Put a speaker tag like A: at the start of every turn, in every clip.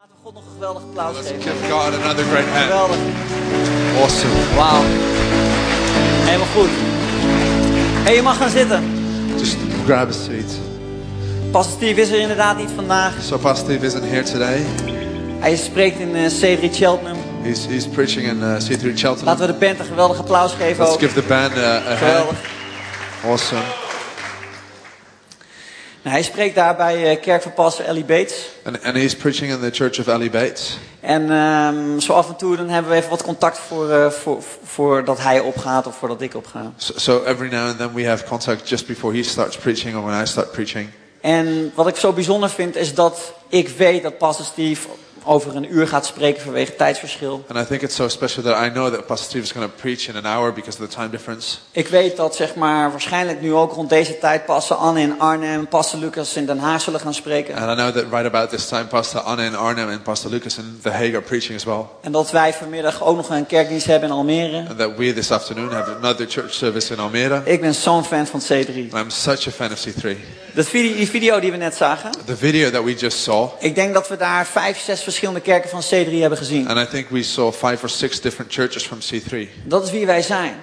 A: God nog een geweldig applaus
B: Let's
A: geven.
B: give God another great hand.
A: Geweldig.
B: Awesome.
A: Wauw. Helemaal goed. hey, je mag gaan zitten.
B: Just grab a seat.
A: Pastor Steve is er inderdaad niet vandaag.
B: So Pastor Steve isn't here today.
A: Hij spreekt in eh, C3 Cheltenham.
B: He's, he's preaching in uh, C3 Cheltenham.
A: Laten we de band een geweldig applaus geven
B: Let's
A: ook.
B: give the band uh, a, a hand.
A: Geweldig.
B: Awesome.
A: Nou, hij spreekt daar bij eh Kerk van Pastor Ellie Bates.
B: And, and he's preaching in the church of Ali Bates.
A: En ehm, zo af en toe dan hebben we even wat contact voor, eh, voor, voordat hij opgaat of voordat ik opga.
B: So, so every now and then we have contact just before he starts preaching or when I start preaching.
A: En wat ik zo bijzonder vind is dat ik weet dat Pastor Steve over een uur gaat spreken vanwege tijdsverschil.
B: And I think it's so special that I know that Pastor Steve is going to preach in an hour because of the time difference.
A: Ik weet dat zeg maar waarschijnlijk nu ook rond deze tijd Pastor Anne in Arnhem, Pastor Lucas in Den Haag zullen gaan spreken.
B: And I know that right about this time, Pastor Anna and Arnhem and Pastor Lucas and The Hague are preaching as well.
A: En dat wij vanmiddag ook nog een kerkdienst hebben in Almere.
B: And that we this afternoon have another church service in Almere.
A: Ik ben zo'n fan van C3.
B: And I'm such a fan of C3.
A: Dat video, die video die we net zagen.
B: The video that we just saw,
A: Ik denk dat we daar vijf, zes verschillende kerken van C3 hebben gezien.
B: and I think we saw five or six different churches from C3.
A: Dat is wie wij zijn.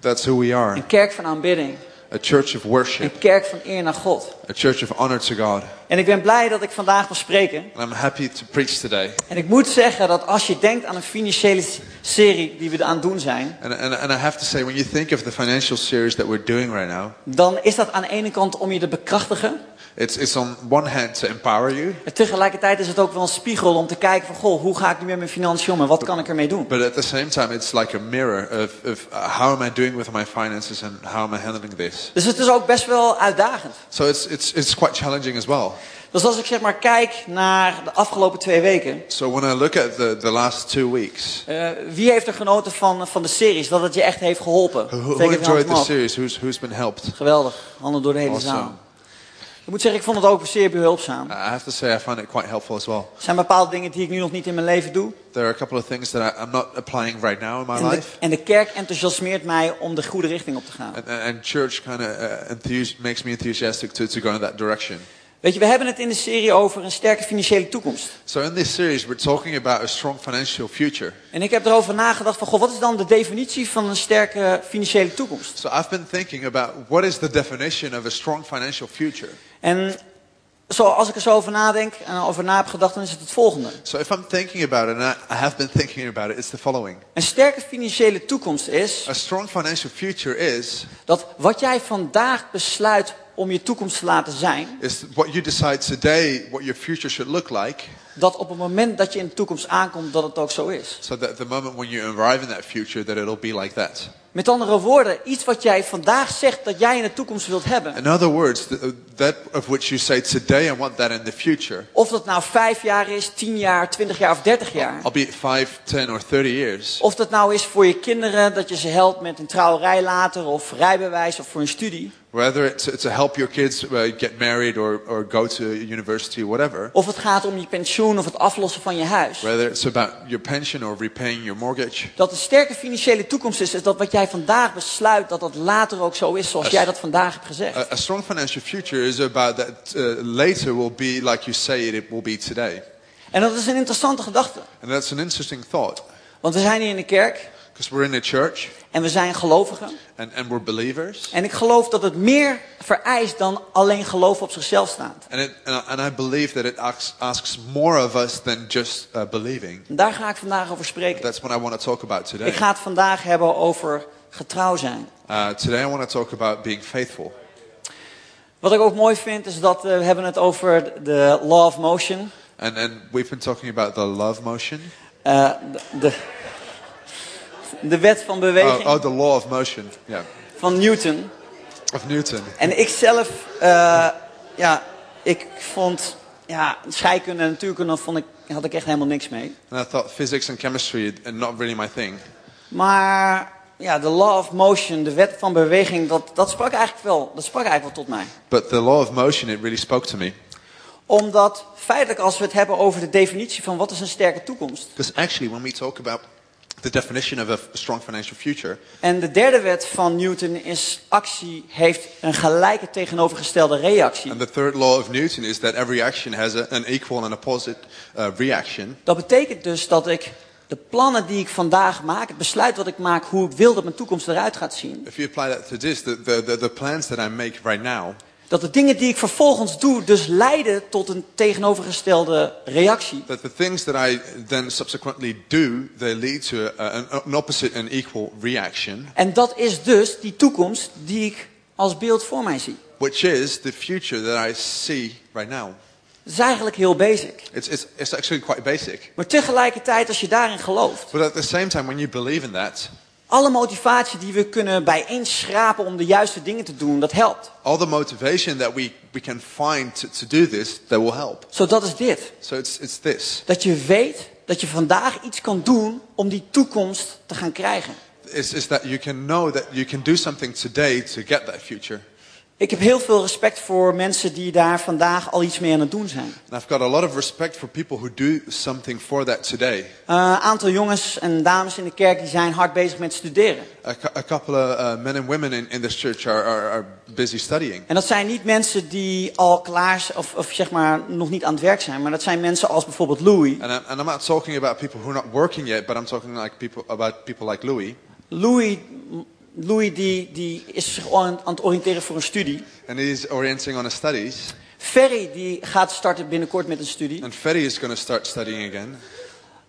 B: That's who we are
A: Een kerk van aanbidding.
B: a church of worship,
A: Een kerk van eer naar God.
B: a church of honor to God.
A: En ik ben blij dat ik vandaag mag spreken.
B: And I'm happy to preach today.
A: En ik moet zeggen dat als je denkt aan een financiële s- serie die we aan het doen zijn,
B: And, and, and I have to say, when you think of the financial series that we're doing right now,
A: dan is dat aan de ene kant om je te bekrachtigen.
B: it's, it's on one hand to empower you,
A: En tegelijkertijd is het ook wel een spiegel om te kijken van, goh, hoe ga ik nu met mijn financiën om en wat kan ik ermee doen?
B: but at the same time, it's like a mirror of, of uh, how am I doing with my finances and how am I handling this.
A: Dus het is ook best wel uitdagend.
B: So it's, it's, it's quite challenging as well.
A: Dus als ik zeg maar kijk naar de afgelopen twee weken,
B: So when I look at the, the last two weeks,
A: Eh, wie heeft er genoten van, van de series? Dat het je echt heeft geholpen?
B: who, who
A: Steek even
B: enjoyed
A: een hand
B: the
A: omhoog.
B: series? Who's, who's been helped?
A: Geweldig. Handen door de hele
B: Awesome.
A: zaal. Ik moet zeggen, ik vond het ook zeer behulpzaam. Er
B: I have to say, I find it quite helpful as well.
A: zijn bepaalde dingen die ik nu nog niet in mijn leven doe.
B: There are a couple of things that I, I'm not applying right now in my
A: En de,
B: life.
A: en de kerk enthousiasmeert mij om de goede richting op te gaan.
B: And, and and church kind of uh, enthus- makes me enthusiastic to, to go in that direction.
A: Weet je, we hebben het in de serie over een sterke financiële toekomst.
B: So in this series, we're talking about a strong financial future.
A: En ik heb erover nagedacht van, goh, wat is dan de definitie van een sterke financiële toekomst?
B: So I've been thinking about what is the definition of a strong financial future.
A: En zo, als ik er zo over nadenk en over na heb gedacht, dan is het het volgende.
B: So if I'm thinking about it, and I, I have been thinking about it, it's the following.
A: Een sterke financiële toekomst is
B: A strong financial future is,
A: Dat wat jij vandaag besluit om je toekomst te laten zijn,
B: is what you decide today, what your future should look like,
A: dat op het moment dat je in de toekomst aankomt, dat het ook zo is.
B: so that the moment when you arrive in that future, that it'll be like that.
A: Met andere woorden, iets wat jij vandaag zegt dat jij in de toekomst wilt hebben.
B: In other words, th- uh, that of which you say today, I want that in the future,
A: Of dat nou vijf jaar is, tien jaar, twintig jaar of dertig jaar.
B: albeit 5, 10 or 30 years,
A: Of dat nou is voor je kinderen, dat je ze helpt met een trouwerij later of rijbewijs of voor een studie.
B: whether it's to help your kids uh, get married or, or go to university, whatever,
A: Of het gaat om je pensioen of het aflossen van je huis.
B: whether it's about your pension or repaying your mortgage.
A: Dat een sterke financiële toekomst is, is dat wat jij vandaag besluit, dat dat later ook zo is zoals jij dat vandaag hebt gezegd.
B: A, a strong financial future is about that uh, later will be like you say it, it will be today.
A: En dat is een interessante gedachte.
B: And that's an interesting thought
A: Want we zijn hier in de kerk
B: because we're in a church
A: en we zijn gelovigen.
B: and, and we're believers.
A: En ik geloof dat het meer vereist dan alleen geloof op zichzelf staand.
B: And, it, and, I, and I believe that it asks, asks more of us than just uh, believing.
A: En daar ga ik vandaag over spreken.
B: That's what I want to talk about
A: Ik
B: today.
A: ga het vandaag hebben over getrouw zijn.
B: Uh, today I want to talk about being faithful.
A: Wat ik ook mooi vind is dat eh, we hebben het over de law of motion.
B: And, and we've been talking about the love motion.
A: Eh, de, de, de wet van
B: Oh,
A: beweging
B: oh, the law of motion. Yeah.
A: van Newton.
B: Of Newton.
A: En ik zelf, eh, ja, ik vond ja, scheikunde en natuurkunde vond ik, had ik echt helemaal niks mee.
B: And I thought physics and chemistry are not really my thing.
A: Maar ja, de law of motion, de wet van beweging, dat, dat sprak eigenlijk wel, dat sprak eigenlijk wel tot mij.
B: But the law of motion, it really spoke to me.
A: Omdat feitelijk als we het hebben over de definitie van wat is een sterke toekomst,
B: Because actually, when we talk about the definition of a f- strong financial future.
A: En de derde wet van Newton is actie heeft een gelijke tegenovergestelde reactie.
B: And the third law of Newton is that every action has a, an equal and opposite uh, reaction.
A: Dat betekent dus dat ik de plannen die ik vandaag maak, het besluit wat ik maak, hoe ik wil dat mijn toekomst eruit gaat zien.
B: If you apply that to this, the, the, the, the plans that I make right now,
A: Dat de dingen die ik vervolgens doe dus leiden tot een tegenovergestelde reactie.
B: that the things that I then subsequently do, they lead to a, an, an opposite and equal reaction,
A: En dat is dus die toekomst die ik als beeld voor mij zie.
B: which is the future that I see right now.
A: Dat is eigenlijk heel basic.
B: It's, it's, it's actually quite basic.
A: Maar tegelijkertijd, als je daarin gelooft,
B: But at the same time, when you believe in that,
A: alle motivatie die we kunnen bijeenschrapen om de juiste dingen te doen, dat helpt.
B: all the motivation that we, we can find to, to do this, that will help.
A: Zo, dat is dit.
B: So it's, it's this.
A: Dat je weet dat je vandaag iets kan doen om die toekomst te gaan krijgen.
B: It's, it's that you can know that you can do something today to get that future.
A: Ik heb heel veel respect voor mensen die daar vandaag al iets mee aan het doen zijn.
B: And I've got a lot of respect for people who do something for that today.
A: Eh, Een aantal jongens en dames in de kerk die zijn hard bezig met studeren.
B: A, cou- a couple of uh, men and women in, in this church are, are, are busy studying.
A: En dat zijn niet mensen die al klaar z- of, of zeg maar nog niet aan het werk zijn, maar dat zijn mensen als bijvoorbeeld Louis.
B: And I'm, and I'm not talking about people who are not working yet, but I'm talking like people, about people like Louis.
A: Louis, Louis die, die is zich aan aan het oriënteren voor een studie.
B: And he's orienting on his studies.
A: Ferry die gaat starten binnenkort met een studie.
B: And Ferry is going to start studying again.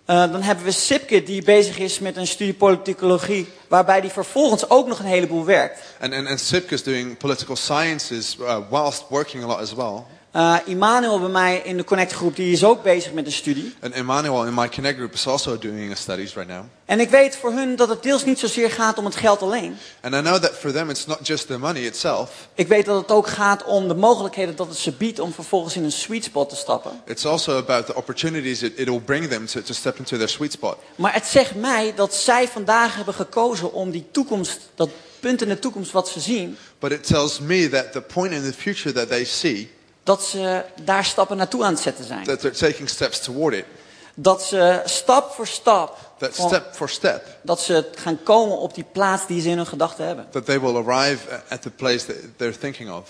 A: Eh, dan hebben we Sipke die bezig is met een studie politicologie, waarbij die vervolgens ook nog een heleboel werkt.
B: And, and, and Sipka's doing political sciences uh, whilst working a lot as well.
A: Eh Immanuel bij mij in de Connect groep die is ook bezig met een studie.
B: And Emmanuel in my Connect group is also doing his studies right now.
A: En ik weet voor hun dat het deels niet zozeer gaat om het geld alleen.
B: And I know that for them it's not just the money itself,
A: Ik weet dat het ook gaat om de mogelijkheden dat het ze biedt om vervolgens in een sweet spot te stappen.
B: it's also about the opportunities it, it'll bring them to, to step into their sweet spot.
A: Maar het zegt mij dat zij vandaag hebben gekozen om die toekomst, dat punt in de toekomst wat ze zien,
B: But it tells me that the point in the future that they see,
A: dat ze daar stappen naartoe aan het zetten zijn.
B: that they're taking steps toward it,
A: Dat ze stap voor stap,
B: that
A: van-
B: step for step,
A: dat ze gaan komen op die plaats die ze in hun gedachten hebben.
B: that they will arrive a- at the place that they're thinking of.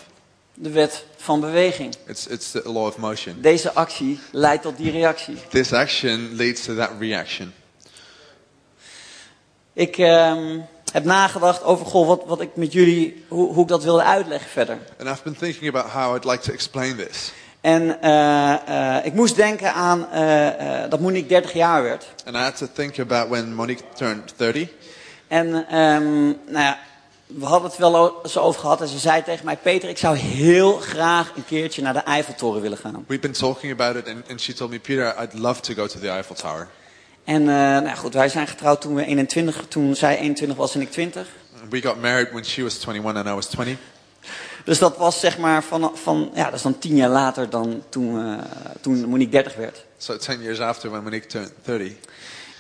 A: De wet van beweging.
B: It's, it's the law of motion.
A: Deze actie leidt tot die reactie.
B: This action leads to that reaction.
A: Ik ehm, heb nagedacht over goh, wat, wat ik met jullie, hoe, hoe ik dat wilde uitleggen verder.
B: And I've been thinking about how I'd like to explain this.
A: En eh, eh, ik moest denken aan eh, eh, dat Monique 30 jaar werd.
B: And I had to think about when Monique turned 30.
A: En ehm, nou ja, we hadden het wel o- zo over gehad. En ze zei tegen mij, Peter, ik zou heel graag een keertje naar de Eiffeltoren willen gaan.
B: We've been talking about it, and, and she told me, Peter, I'd love to go to the Eiffel Tower.
A: En eh, nou goed, wij zijn getrouwd toen we 21, toen zij 21 was en ik 20.
B: We got married when she was 21 and I was 20.
A: Dus dat was zeg maar van, van ja, dat is dan tien jaar later dan toen, eh, toen Monique 30 werd.
B: So 10 years after when Monique turned 30.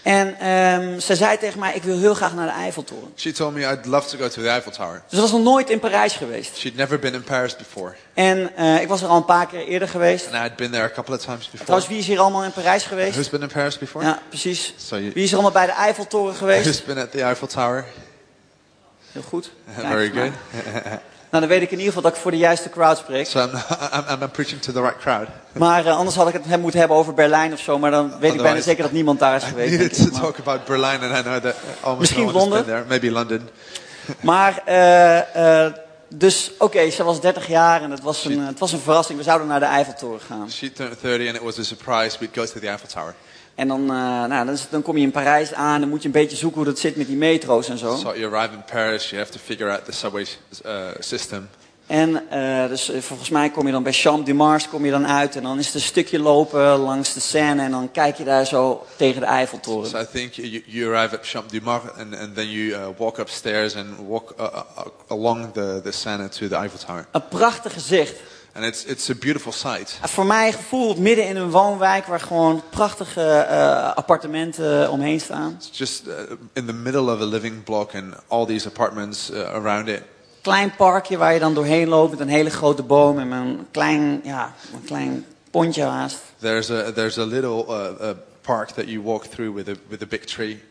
A: En ehm, ze zei tegen mij, ik wil heel graag naar de Eiffeltoren.
B: She told me I'd love to go to the Eiffel Tower.
A: Dus ze was nog nooit in Parijs geweest.
B: She'd never been in Paris before.
A: En eh, ik was er al een paar keer eerder geweest.
B: And I had been there a couple of times before.
A: Trouwens, wie is hier allemaal in Parijs geweest?
B: Who's been in Paris before?
A: Ja, precies.
B: Zou je-
A: Wie is er allemaal bij de Eiffeltoren geweest?
B: Who's been at the Eiffel Tower?
A: Heel goed. Kijk
B: Very
A: eens maar.
B: good.
A: Nou, dan weet ik in ieder geval dat ik voor de juiste crowd spreek.
B: So I'm, I'm, I'm preaching to the right crowd.
A: Maar eh, anders had ik het hem moeten hebben over Berlijn of zo. Maar dan weet ik bijna
B: Otherwise-
A: zeker dat niemand daar is
B: I
A: geweest.
B: needed
A: denk ik.
B: to talk about Berlin, and I know that almost
A: Misschien
B: no one's
A: Londen.
B: been there. Maybe London.
A: Maar, eh, eh, dus oké, ze was 30 jaar en het was, een, eh, het was een verrassing. We zouden naar de Eiffeltoren gaan.
B: She turned 30, and it was a surprise. We'd go to the Eiffel Tower.
A: En dan, eh, nou, dan, is- dan kom je in Parijs aan. Dan moet je een beetje zoeken hoe dat zit met die metro's en zo.
B: So you arrive in Paris, you have to figure out the subway uh, system.
A: En eh, dus eh, volgens mij kom je dan bij Champ du Mars kom je dan uit en dan is het een stukje lopen langs de Seine en dan kijk je daar zo tegen de Eiffeltoren.
B: So I think you, you arrive at Champ du Mars, and, and then you uh, walk upstairs and walk uh, uh, along the, the Seine to the Eiffel Tower.
A: Een prachtig gezicht. Eh,
B: And it's, it's a beautiful sight.
A: Voor mij gevoel midden in een woonwijk waar gewoon prachtige eh, appartementen omheen staan.
B: It's just uh, in the middle of a living block and all these apartments uh, around it.
A: Klein parkje waar je dan doorheen loopt met een hele grote boom en een klein, ja, een klein pontje haast.
B: There's a, there's a little uh, uh park that you walk through with a, with a big tree.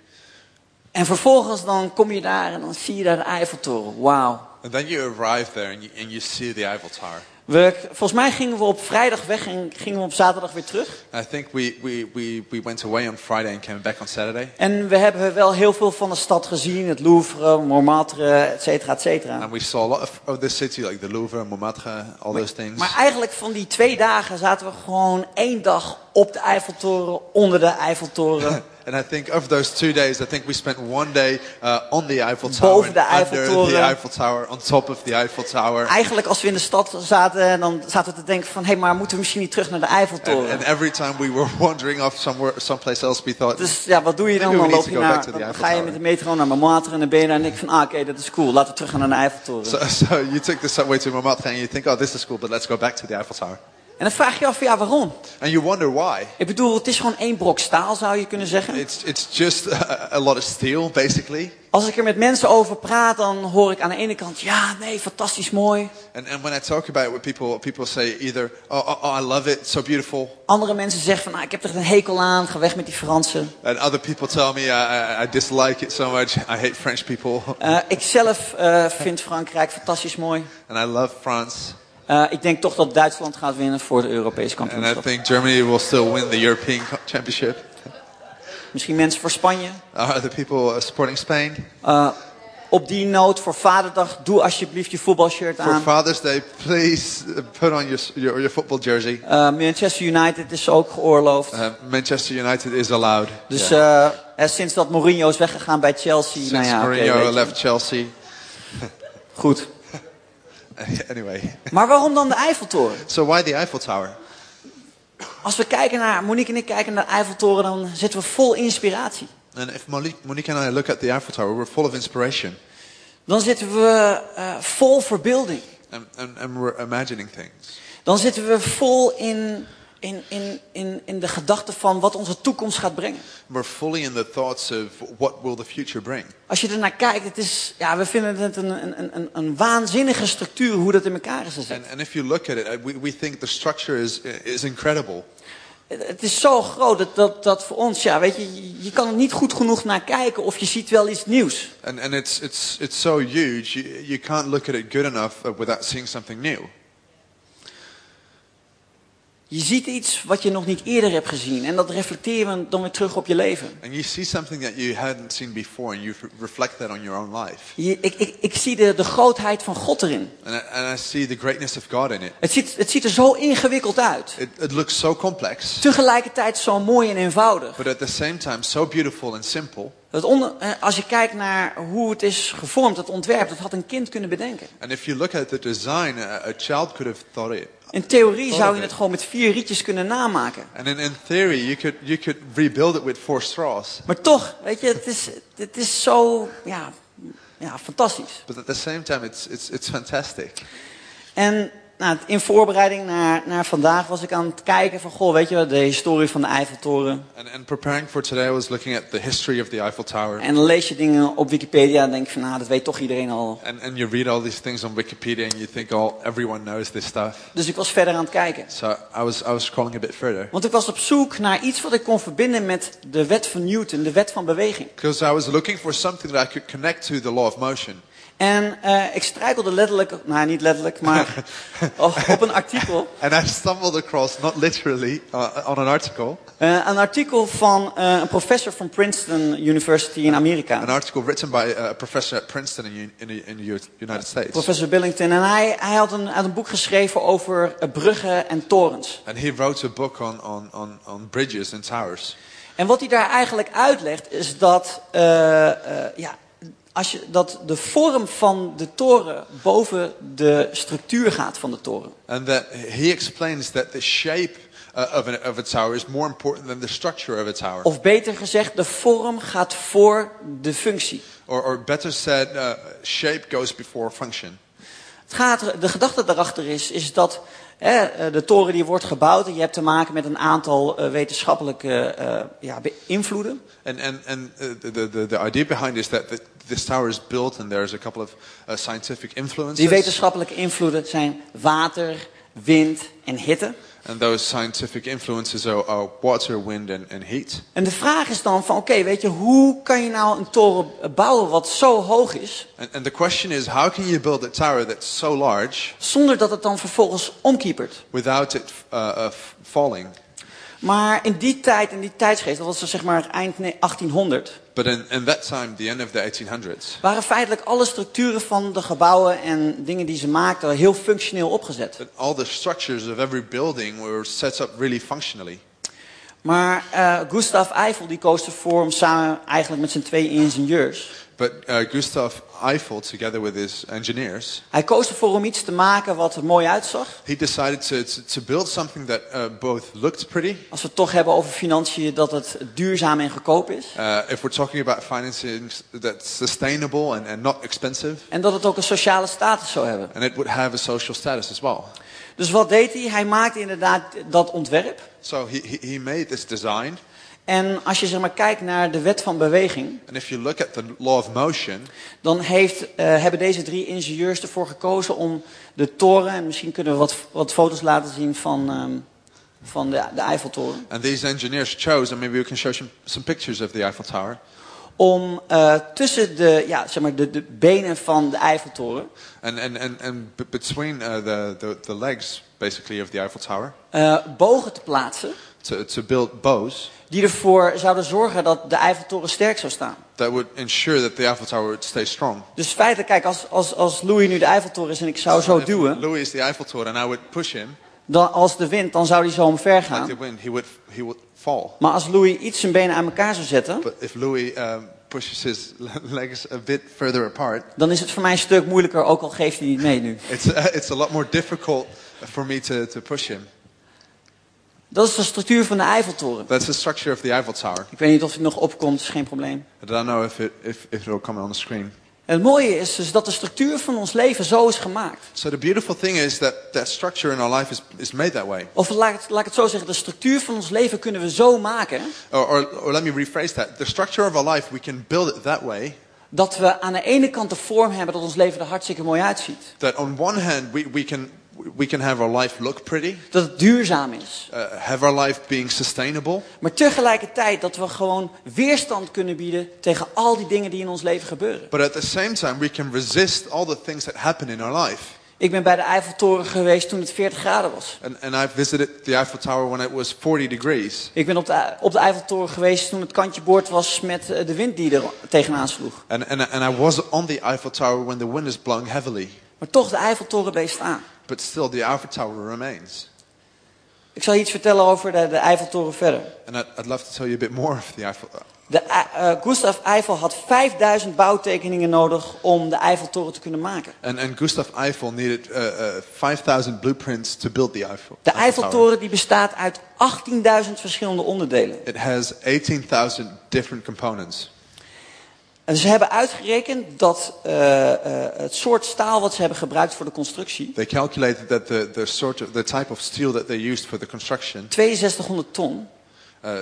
A: En vervolgens dan kom je daar en dan zie je daar de Eiffeltoren. Wauw.
B: And then you arrive there and you, and you see the Eiffel Tower.
A: We, volgens mij gingen we op vrijdag weg en gingen we op zaterdag weer terug.
B: I think we, we, we, we went away on Friday and came back on Saturday.
A: En we hebben wel heel veel van de stad gezien. Het Louvre, Montmartre, et cetera, et cetera.
B: And we saw a lot of, of the city, like the Louvre, Montmartre, all those things.
A: Maar eigenlijk van die twee dagen zaten we gewoon één dag op de Eiffeltoren, onder de Eiffeltoren.
B: And I think of those two days, I think we spent one day uh, on the Eiffel Tower,
A: Boven
B: and
A: de
B: under
A: Eiffeltoren.
B: the Eiffel Tower, on top of the Eiffel Tower.
A: Eigenlijk als we in de stad zaten, dan zaten we te denken van... hé, hey, maar moeten we misschien niet terug naar de
B: And,
A: Eiffeltoren?
B: and every time we were wandering off somewhere, someplace else, we thought,
A: Dus ja, wat doe je dan?
B: Maybe
A: Dan
B: we
A: loop
B: need
A: je
B: to go back
A: naar,
B: to the
A: dan
B: Eiffel
A: ga je met
B: Tower.
A: de metro naar Montmartre en dan ben je daar en denk ik van... ah, oké, dat is cool, laten we terug gaan naar de Eiffeltoren.
B: so, so you took the subway to Montmartre and you think, oh, this is cool, but let's go back to the Eiffel Tower.
A: En dan vraag je je af, ja, waarom?
B: And you wonder why.
A: Ik bedoel, het is gewoon één brok staal, zou je kunnen zeggen.
B: It's, it's just a, a lot of steel, basically.
A: Als ik er met mensen over praat, dan hoor ik aan de ene kant... ja, nee, fantastisch mooi.
B: And, and when I talk about it with people, people say either, oh, oh, oh, I love it, so beautiful.
A: Andere mensen zeggen van, ah, ik heb er een hekel aan, ga weg met die Fransen.
B: And other people tell me I, I, I dislike it so much. I hate French people,
A: Eh, ik zelf eh, vind Frankrijk fantastisch mooi.
B: and I love France.
A: Eh, ik denk toch dat Duitsland gaat winnen voor de Europese
B: And I
A: kampioenschap.
B: think Germany will still win the European Co- Championship.
A: Misschien mensen voor Spanje.
B: Are other people uh, supporting Spain?
A: Eh, op die noot voor Vaderdag, doe alsjeblieft je voetbalshirt
B: For
A: aan.
B: Father's Day, please uh, put on your, s- your, your football jersey.
A: Eh, Manchester United is ook geoorloofd.
B: Uh, Manchester United is allowed.
A: dus
B: Yeah.
A: eh, eh, sinds dat Mourinho is weggegaan bij Chelsea. nou
B: Since
A: ja, oké,
B: Mourinho
A: weet je.
B: left Chelsea.
A: Goed.
B: anyway,
A: Maar waarom dan de Eiffeltoren?
B: so why the Eiffel Tower?
A: Als we kijken naar, Monique en ik kijken naar de Eiffeltoren, dan zitten we vol inspiratie.
B: And if Monique, Monique and I look at the Eiffel Tower, we're full of inspiration.
A: Dan zitten we eh, vol verbeelding.
B: And, and, and we're imagining things.
A: Dan zitten we vol in, in, in, in, in de gedachte van wat onze toekomst gaat brengen.
B: We're fully in the thoughts of what will the future bring.
A: Als je ernaar kijkt, het is, ja, we vinden het een, een, een, een waanzinnige structuur hoe dat in elkaar is gezet.
B: And, and if you look at it, uh, we, we think the structure is, is incredible.
A: Het het is zo groot dat, dat, dat voor ons, ja, weet je, je kan er niet goed genoeg naar kijken of je ziet wel iets nieuws.
B: And, and it's, it's, it's so huge, you, you can't look at it good enough uh, without seeing something new.
A: Je ziet iets wat je nog niet eerder hebt gezien en dat reflecteer je dan weer terug op je leven.
B: And you see something that you hadn't seen before, and you f- reflect that on your own life.
A: Je, ik, ik, ik zie de, de grootheid van God erin.
B: And I, and I see the greatness of God in it.
A: Het ziet, het ziet er zo ingewikkeld uit.
B: it. It looks so complex,
A: Tegelijkertijd zo mooi en eenvoudig.
B: but at the same time, so beautiful and simple.
A: Het onder- eh, als je kijkt naar hoe het is gevormd, het ontwerp, dat had een kind kunnen bedenken.
B: And if you look at the design, a, a child could have thought it.
A: In theorie zou je het gewoon met vier rietjes kunnen namaken.
B: And in, in theory, you could, you could rebuild it with four straws.
A: Maar toch, weet je, het is, het is zo ja, ja, fantastisch.
B: But at the same time, it's, it's, it's fantastic.
A: En nou, in voorbereiding naar, naar vandaag was ik aan het kijken van... Goh, weet je, wel, de historie van de Eiffeltoren.
B: And, and preparing for today, I was looking at the history of the Eiffel Tower.
A: En dan lees je dingen op Wikipedia en denk je van... Nou, dat weet toch iedereen al.
B: And, and you read all these things on Wikipedia, and you think, oh, everyone knows this stuff.
A: Dus ik was verder aan het kijken.
B: So I was, I was scrolling a bit further.
A: Want ik was op zoek naar iets wat ik kon verbinden met de wet van Newton, de wet van beweging.
B: Because I was looking for something that I could connect to the law of motion.
A: En eh, ik struikelde letterlijk, nou niet letterlijk, maar op op een artikel.
B: And I stumbled across, not literally, uh, on an article,
A: Eh, een artikel van eh, een professor van Princeton University in
B: an
A: Amerika.
B: article written by a professor at Princeton in, U- in, the- in the U- United States.
A: Professor Billington. En hij, hij had een, had een boek geschreven over eh, bruggen en torens.
B: And he wrote a book on, on, on, on bridges and towers.
A: En wat hij daar eigenlijk uitlegt is dat, eh, eh, ja, als je, dat de vorm van de toren boven de structuur gaat van de toren.
B: And that he explains that the shape uh, of, an, of a tower is more important than the structure of a tower.
A: Of beter gezegd, de vorm gaat voor de functie.
B: Or, or better said, uh, shape goes before function.
A: Het gaat, er- de gedachte daarachter is, is dat hè, eh, de toren die wordt gebouwd... en je hebt te maken met een aantal eh, wetenschappelijke eh, ja, invloeden.
B: And, and, and uh, the, the, the idea behind is that the, this tower is built and there's a couple of uh, scientific
A: Die
B: influences.
A: wetenschappelijke invloeden zijn water, wind en hitte.
B: And those scientific influences are, are water, wind, and, and heat.
A: En de vraag is dan van, oké, weet je, hoe kan je nou een toren bouwen wat zo hoog is,
B: And, and the question is, how can you build a tower that's so large
A: zonder dat het dan vervolgens omkiepert?
B: without it uh, uh, f- falling?
A: Maar in die tijd, in die tijdsgeest, dat was dus zeg maar eind ne- 1800,
B: But in, in that time, the end of the 1800s,
A: waren feitelijk alle structuren van de gebouwen en dingen die ze maakten heel functioneel opgezet.
B: that all the structures of every building were set up really functionally.
A: Maar eh Gustav Eiffel die koos ervoor om samen eigenlijk met zijn twee ingenieurs,
B: But uh, Gustav Eiffel, together with his engineers,
A: hij koos ervoor om iets te maken wat er mooi uitzag.
B: he decided to, to, to build something that uh, both looked pretty.
A: Als we het toch hebben over financiën, dat het duurzaam en goedkoop is.
B: Uh, if we're talking about financing that's sustainable and, and not expensive,
A: En dat het ook een sociale status zou hebben.
B: and it would have a social status as well.
A: Dus wat deed hij? Hij maakte inderdaad dat ontwerp.
B: So he, he, he made this design,
A: En als je zeg maar kijkt naar de wet van beweging,
B: and if you look at the law of motion,
A: dan heeft, eh, hebben deze drie ingenieurs ervoor gekozen om de toren, en misschien kunnen we wat, wat foto's laten zien van, ehm, van de, de Eiffeltoren,
B: and these engineers chose, and maybe we can show some, some pictures of the Eiffel Tower,
A: om eh, tussen de, ja, zeg maar de, de benen van de Eiffeltoren
B: and, and, and, and b- between uh, the, the, the legs, basically, of the Eiffel Tower,
A: eh, bogen te plaatsen,
B: to, to build bows
A: die ervoor zouden zorgen dat de Eiffeltoren sterk zou staan.
B: that would ensure that the Eiffel Tower would stay strong.
A: Dus feitelijk, kijk, als, als, als Louis nu de Eiffeltoren is en ik zou zo
B: If
A: duwen,
B: Louis is the Eiffel Tower, and I would push him
A: dan, als de wind, dan zou die zo omver
B: like the
A: gaan.
B: wind. He would he would fall.
A: Maar als Louis iets zijn benen aan elkaar zou zetten,
B: But if Louis um, pushes his legs a bit further apart,
A: dan is het voor mij een stuk moeilijker, ook al geeft hij niet mee nu.
B: it's uh, it's a lot more difficult for me to, to push him.
A: Dat is de structuur van de Eiffeltoren.
B: That's the structure of the Eiffel Tower.
A: Ik weet niet of het nog opkomt, is geen probleem.
B: I don't know if it if, if it'll come on the screen.
A: En het mooie is dus dat de structuur van ons leven zo is gemaakt.
B: So the beautiful thing is that that structure in our life is is made that way.
A: Of laat, ik het- laat ik het zo zeggen, de structuur van ons leven kunnen we zo maken
B: Or, or or let me rephrase that. The structure of our life we can build it that way
A: dat we aan de ene kant de vorm hebben dat ons leven er hartstikke mooi uitziet.
B: that on one hand we, we can we can have our life look pretty,
A: Dat het duurzaam is.
B: uh, have our life being sustainable.
A: Maar tegelijkertijd dat we gewoon weerstand kunnen bieden tegen al die dingen die in ons leven gebeuren.
B: But at the same time, we can resist all the things that happen in our life.
A: Ik ben bij de Eiffeltoren geweest toen het 40 graden was.
B: And, and I visited the Eiffel Tower when it was 40 degrees.
A: Ik ben op de, op de Eiffeltoren geweest toen het kantje boord was met eh, de wind die er tegenaan sloeg.
B: And, and, and I was on the Eiffel Tower when the wind is blowing heavily.
A: Maar toch, de Eiffeltoren bleef staan.
B: But still, the Eiffel Tower remains.
A: Ik zal je iets vertellen over de, de Eiffeltoren verder.
B: And I'd, I'd love to tell you a bit more of the Eiffel Tower.
A: De, E- eh, Gustav Eiffel had 5000 bouwtekeningen nodig om de Eiffeltoren te kunnen maken.
B: And, and Gustav Eiffel needed uh, uh, 5,000 blueprints to build the Eiffel,
A: De
B: Tower.
A: Eiffeltoren die bestaat uit 18.000 verschillende onderdelen.
B: It has 18,000 different components.
A: En ze hebben uitgerekend dat eh, eh, het soort staal wat ze hebben gebruikt voor de constructie,
B: They calculated that the, the, sort of, the type of steel that they used for the construction,
A: 6200 ton,
B: uh, uh,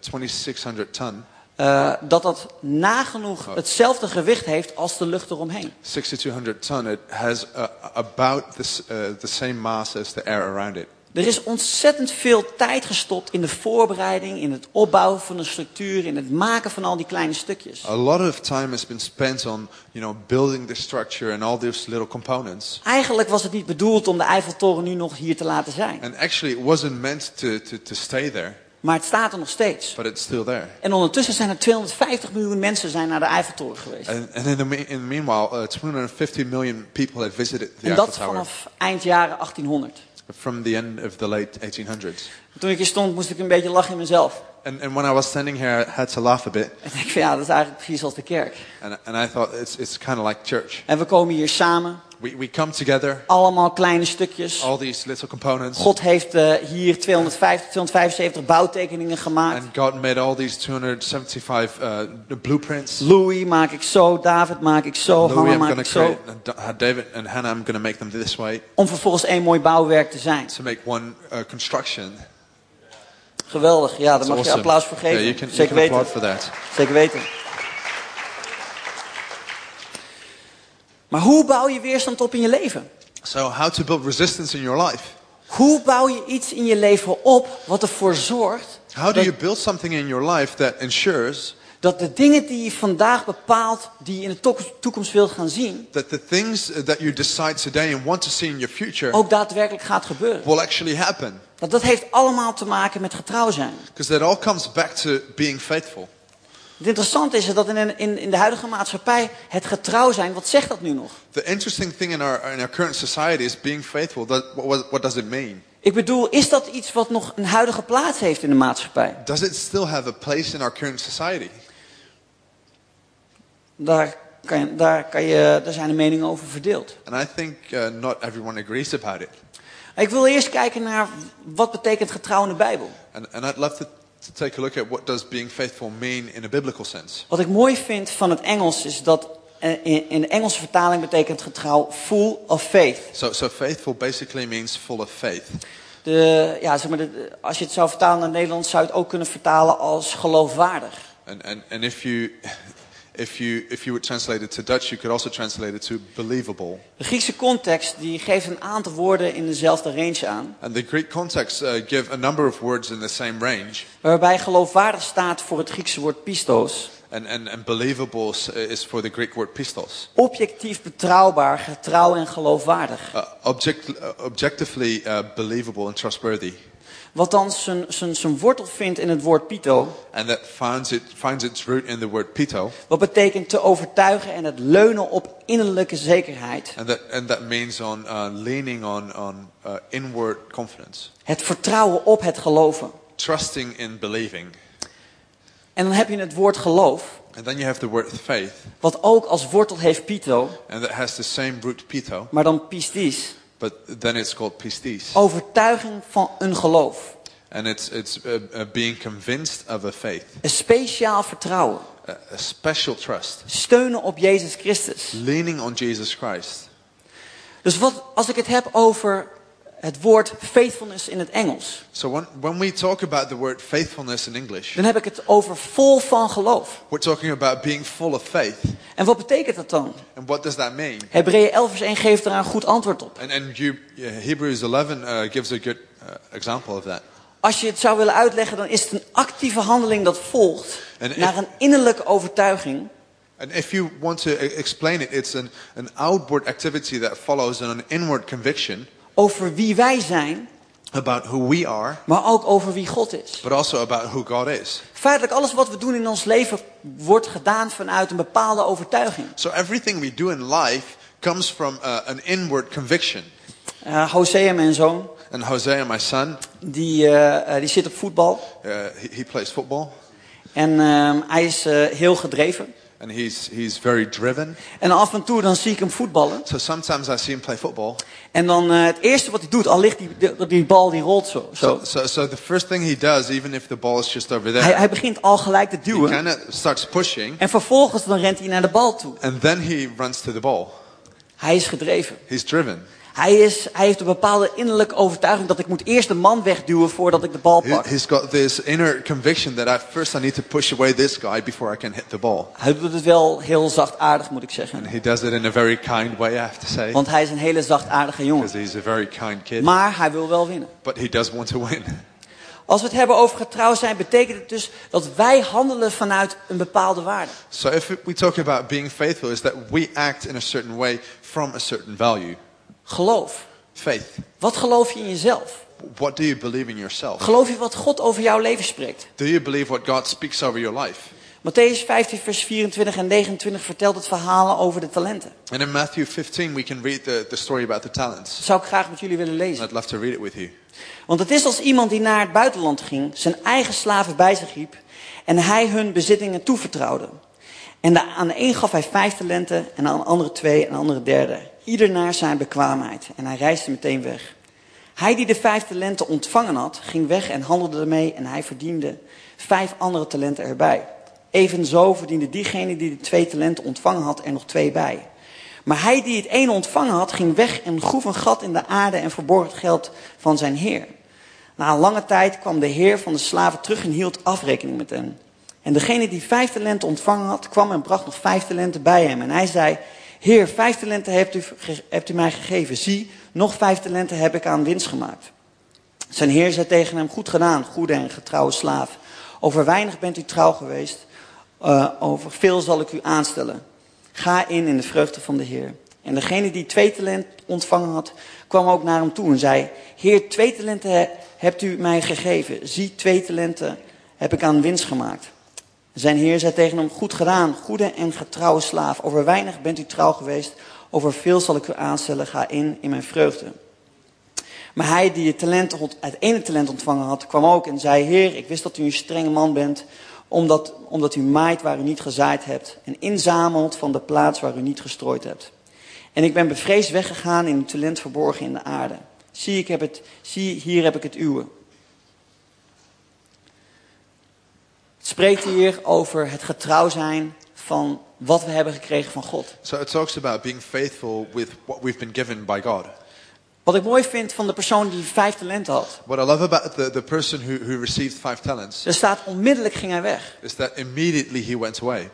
B: 2,600 ton,
A: eh, dat dat nagenoeg hetzelfde gewicht heeft als de lucht eromheen.
B: 6,200 ton, it has uh, about this, uh, the same mass as the air around it.
A: Er is ontzettend veel tijd gestopt in de voorbereiding, in het opbouwen van een structuur, in het maken van al die kleine stukjes.
B: A lot of time has been spent on, you know, building the structure and all these little components.
A: Eigenlijk was het niet bedoeld om de Eiffeltoren nu nog hier te laten zijn.
B: And actually, it wasn't meant to, to, to stay there,
A: Maar het staat er nog steeds.
B: but it's still there.
A: En ondertussen zijn er 250 miljoen mensen zijn naar de Eiffeltoren geweest.
B: And, and in, the, me- in the meanwhile, uh, 250 million people have visited the
A: En
B: Eiffel
A: dat
B: Tower
A: vanaf eind jaren 1800.
B: from the end of the late 1800s.
A: Toen ik hier stond, moest ik een beetje lachen in mezelf.
B: And, and when I was standing here, I had to laugh a bit,
A: En ik dacht van ja, dat is eigenlijk precies als de kerk.
B: and, and I thought it's, it's kind of like church.
A: En we komen hier samen,
B: We, we come together,
A: allemaal kleine stukjes.
B: all these little components,
A: God heeft eh, hier 250, 275 bouwtekeningen gemaakt.
B: And God made all these 275 uh, the blueprints.
A: Louis maak ik zo, David maak ik zo,
B: Louis,
A: Hannah
B: I'm
A: maak
B: going
A: ik
B: to
A: zo.
B: create, and Da- David and Hannah, I'm going to make them this way
A: Om vervolgens één mooi bouwwerk te zijn.
B: to make one uh, construction.
A: Geweldig, ja, daar
B: It's
A: mag je
B: awesome.
A: applaus voor
B: Yeah,
A: geven.
B: you can, you
A: Zeker
B: can applaud
A: weten.
B: for that.
A: Zeker weten. Maar hoe bouw je weerstand op in je leven?
B: So, how to build resistance in your life?
A: Hoe bouw je iets in je leven op wat ervoor zorgt
B: How do you build something in your life that ensures
A: dat de dingen die je vandaag bepaalt, die je in de tok- toekomst wilt gaan zien,
B: that the things that you decide today and want to see in your future
A: ook daadwerkelijk gaat gebeuren?
B: will actually happen?
A: Want dat heeft allemaal te maken met getrouw zijn.
B: Because that all comes back to being faithful.
A: Het interessante is dat in, in, in de huidige maatschappij het getrouw zijn, wat zegt dat nu nog?
B: The interesting thing in our, in our current society is being faithful. That, what, what does it mean?
A: Ik bedoel, is dat iets wat nog een huidige plaats heeft in de maatschappij?
B: Does it still have a place in our current society?
A: Daar, kan je, daar, kan je, daar zijn de meningen over verdeeld.
B: And I think uh, not everyone agrees about it.
A: Ik wil eerst kijken naar wat betekent getrouw in de Bijbel.
B: And, and I'd love to, to take a look at what does being faithful mean in a biblical sense.
A: Wat ik mooi vind van het Engels is dat eh, in, in de Engelse vertaling betekent getrouw full of faith.
B: So, so faithful basically means full of faith.
A: De, ja, zeg maar, de- de- als je het zou vertalen naar Nederlands zou je het ook kunnen vertalen als geloofwaardig.
B: And, and, and if, you, if, you, if you would translate it to Dutch, you could also translate it to believable.
A: De Griekse context die geeft een aantal woorden in dezelfde range aan.
B: And the Greek contexts uh, give a number of words in the same range.
A: Waarbij geloofwaardig staat voor het Griekse woord pistos.
B: And, and, and believable s- is for the Greek word pistos.
A: Objectief betrouwbaar, getrouw en geloofwaardig.
B: Uh, object, uh, objectively uh, believable and trustworthy.
A: Wat dan zijn- zijn zijn wortel vindt in het woord pito.
B: And that finds, it, finds its root in the word pito.
A: Wat betekent te overtuigen en het leunen op innerlijke zekerheid.
B: And that, and that means on uh, leaning on, on uh, inward confidence,
A: Het vertrouwen op het geloven.
B: trusting in believing.
A: En dan heb je het woord geloof,
B: And then you have the word faith,
A: wat ook als wortel heeft pito,
B: and that has the same root pito,
A: maar dan pistis.
B: but then it's called pistis.
A: Overtuiging van een geloof.
B: And it's, it's uh, uh, being convinced of a faith,
A: Een speciaal vertrouwen.
B: a, a special trust,
A: Steunen op Jezus Christus.
B: leaning on Jesus Christ.
A: Dus wat, als ik het heb over het woord faithfulness in het Engels,
B: So when, when we talk about the word faithfulness in English,
A: dan heb ik het over vol van geloof.
B: we're talking about being full of faith.
A: En wat betekent dat dan?
B: And what does that mean?
A: Hebreeën 11 vers 1 geeft daar een goed antwoord op.
B: And, and you, yeah, Hebrews 11 uh, gives a good uh, example of that.
A: Als je het zou willen uitleggen, dan is het een actieve handeling dat volgt
B: En ik-
A: naar een innerlijke overtuiging
B: And if you want to e- explain it, it's an, an outward activity that follows on an inward conviction
A: over wie wij zijn,
B: about who we are,
A: maar ook over wie God is.
B: but also about who God is.
A: Feitelijk, alles wat we doen in ons leven wordt gedaan vanuit een bepaalde overtuiging.
B: So everything we do in life comes from uh, an inward conviction.
A: Eh Hosea, mijn zoon,
B: And Hosea, my son,
A: die, eh, eh, die zit op voetbal
B: uh, he, he plays football,
A: en ehm, hij is eh, heel gedreven.
B: and he's, he's very driven.
A: En af en toe dan zie ik hem voetballen.
B: So sometimes I see him play football.
A: En dan eh, het eerste wat hij doet, al ligt die, die, die bal die rolt zo. zo.
B: So, so, so the first thing he does, even if the ball is just over
A: Hij,
B: there,
A: hij begint al gelijk te
B: he
A: duwen.
B: kind of starts pushing,
A: En vervolgens dan rent hij naar de bal toe.
B: and then he runs to the ball.
A: Hij is gedreven.
B: He's driven.
A: Hij, is, hij heeft een bepaalde innerlijke overtuiging dat ik moet eerst de man wegduwen voordat ik de bal
B: He-
A: pak.
B: He's got this inner conviction that I, first I need to push away this guy before I can hit the ball.
A: Hij doet het wel heel zachtaardig, moet ik zeggen.
B: He does it in a very kind way, I have to say,
A: Want hij is een hele zachtaardige jongen.
B: because he's a very kind kid.
A: Maar hij wil wel winnen.
B: But he does want to win.
A: Als we het hebben over getrouw zijn, betekent het dus dat wij handelen vanuit een bepaalde waarde.
B: So if we talk about being faithful, is that we act in a certain way from a certain value.
A: Geloof.
B: Faith.
A: Wat geloof je in jezelf?
B: What do you believe in yourself?
A: Geloof je wat God over jouw leven spreekt?
B: Do you believe what God speaks over your life?
A: Matthäus 15, vers 24 en 29 vertelt het verhaal over de talenten.
B: And in Matthew 15, we can read the, the story about the talents.
A: Dat zou ik graag met jullie willen
B: And
A: lezen.
B: I'd love to read it with you.
A: Want het is als iemand die naar het buitenland ging, zijn eigen slaven bij zich riep en hij hun bezittingen toevertrouwde. En de- aan de een gaf hij vijf talenten en aan de andere twee en aan de andere derde. Ieder naar zijn bekwaamheid en hij reisde meteen weg. Hij die de vijf talenten ontvangen had, ging weg en handelde ermee en hij verdiende vijf andere talenten erbij. Evenzo verdiende diegene die de twee talenten ontvangen had er nog twee bij. Maar hij die het ene ontvangen had, ging weg en groef een gat in de aarde en verborg het geld van zijn heer. Na een lange tijd kwam de heer van de slaven terug en hield afrekening met hen. En degene die vijf talenten ontvangen had, kwam en bracht nog vijf talenten bij hem. En hij zei, heer, vijf talenten hebt u, ge- hebt u mij gegeven. Zie, nog vijf talenten heb ik aan winst gemaakt. Zijn heer zei tegen hem, goed gedaan, goede en getrouwe slaaf. Over weinig bent u trouw geweest, eh, over veel zal ik u aanstellen. Ga in in de vreugde van de Heer. En degene die twee talent ontvangen had, kwam ook naar hem toe en zei, Heer, twee talenten he- hebt u mij gegeven. Zie, twee talenten heb ik aan winst gemaakt. Zijn heer zei tegen hem, goed gedaan, goede en getrouwe slaaf. Over weinig bent u trouw geweest, over veel zal ik u aanstellen. Ga in in mijn vreugde. Maar hij die het, talent, ont- het ene talent ontvangen had, kwam ook en zei: Heer, ik wist dat u een strenge man bent, omdat, omdat u maait waar u niet gezaaid hebt en inzamelt van de plaats waar u niet gestrooid hebt. En ik ben bevreesd weggegaan in uw talent verborgen in de aarde. Zie, ik heb het, zie hier heb ik het uwe. Het spreekt hier over het getrouw zijn van wat we hebben gekregen van God.
B: So it talks about being faithful with what we've been given by God.
A: Wat ik mooi vind van de persoon die vijf talenten had.
B: What I love about the, the person who, who received five talents
A: Er staat onmiddellijk ging hij weg.
B: is that immediately he went away.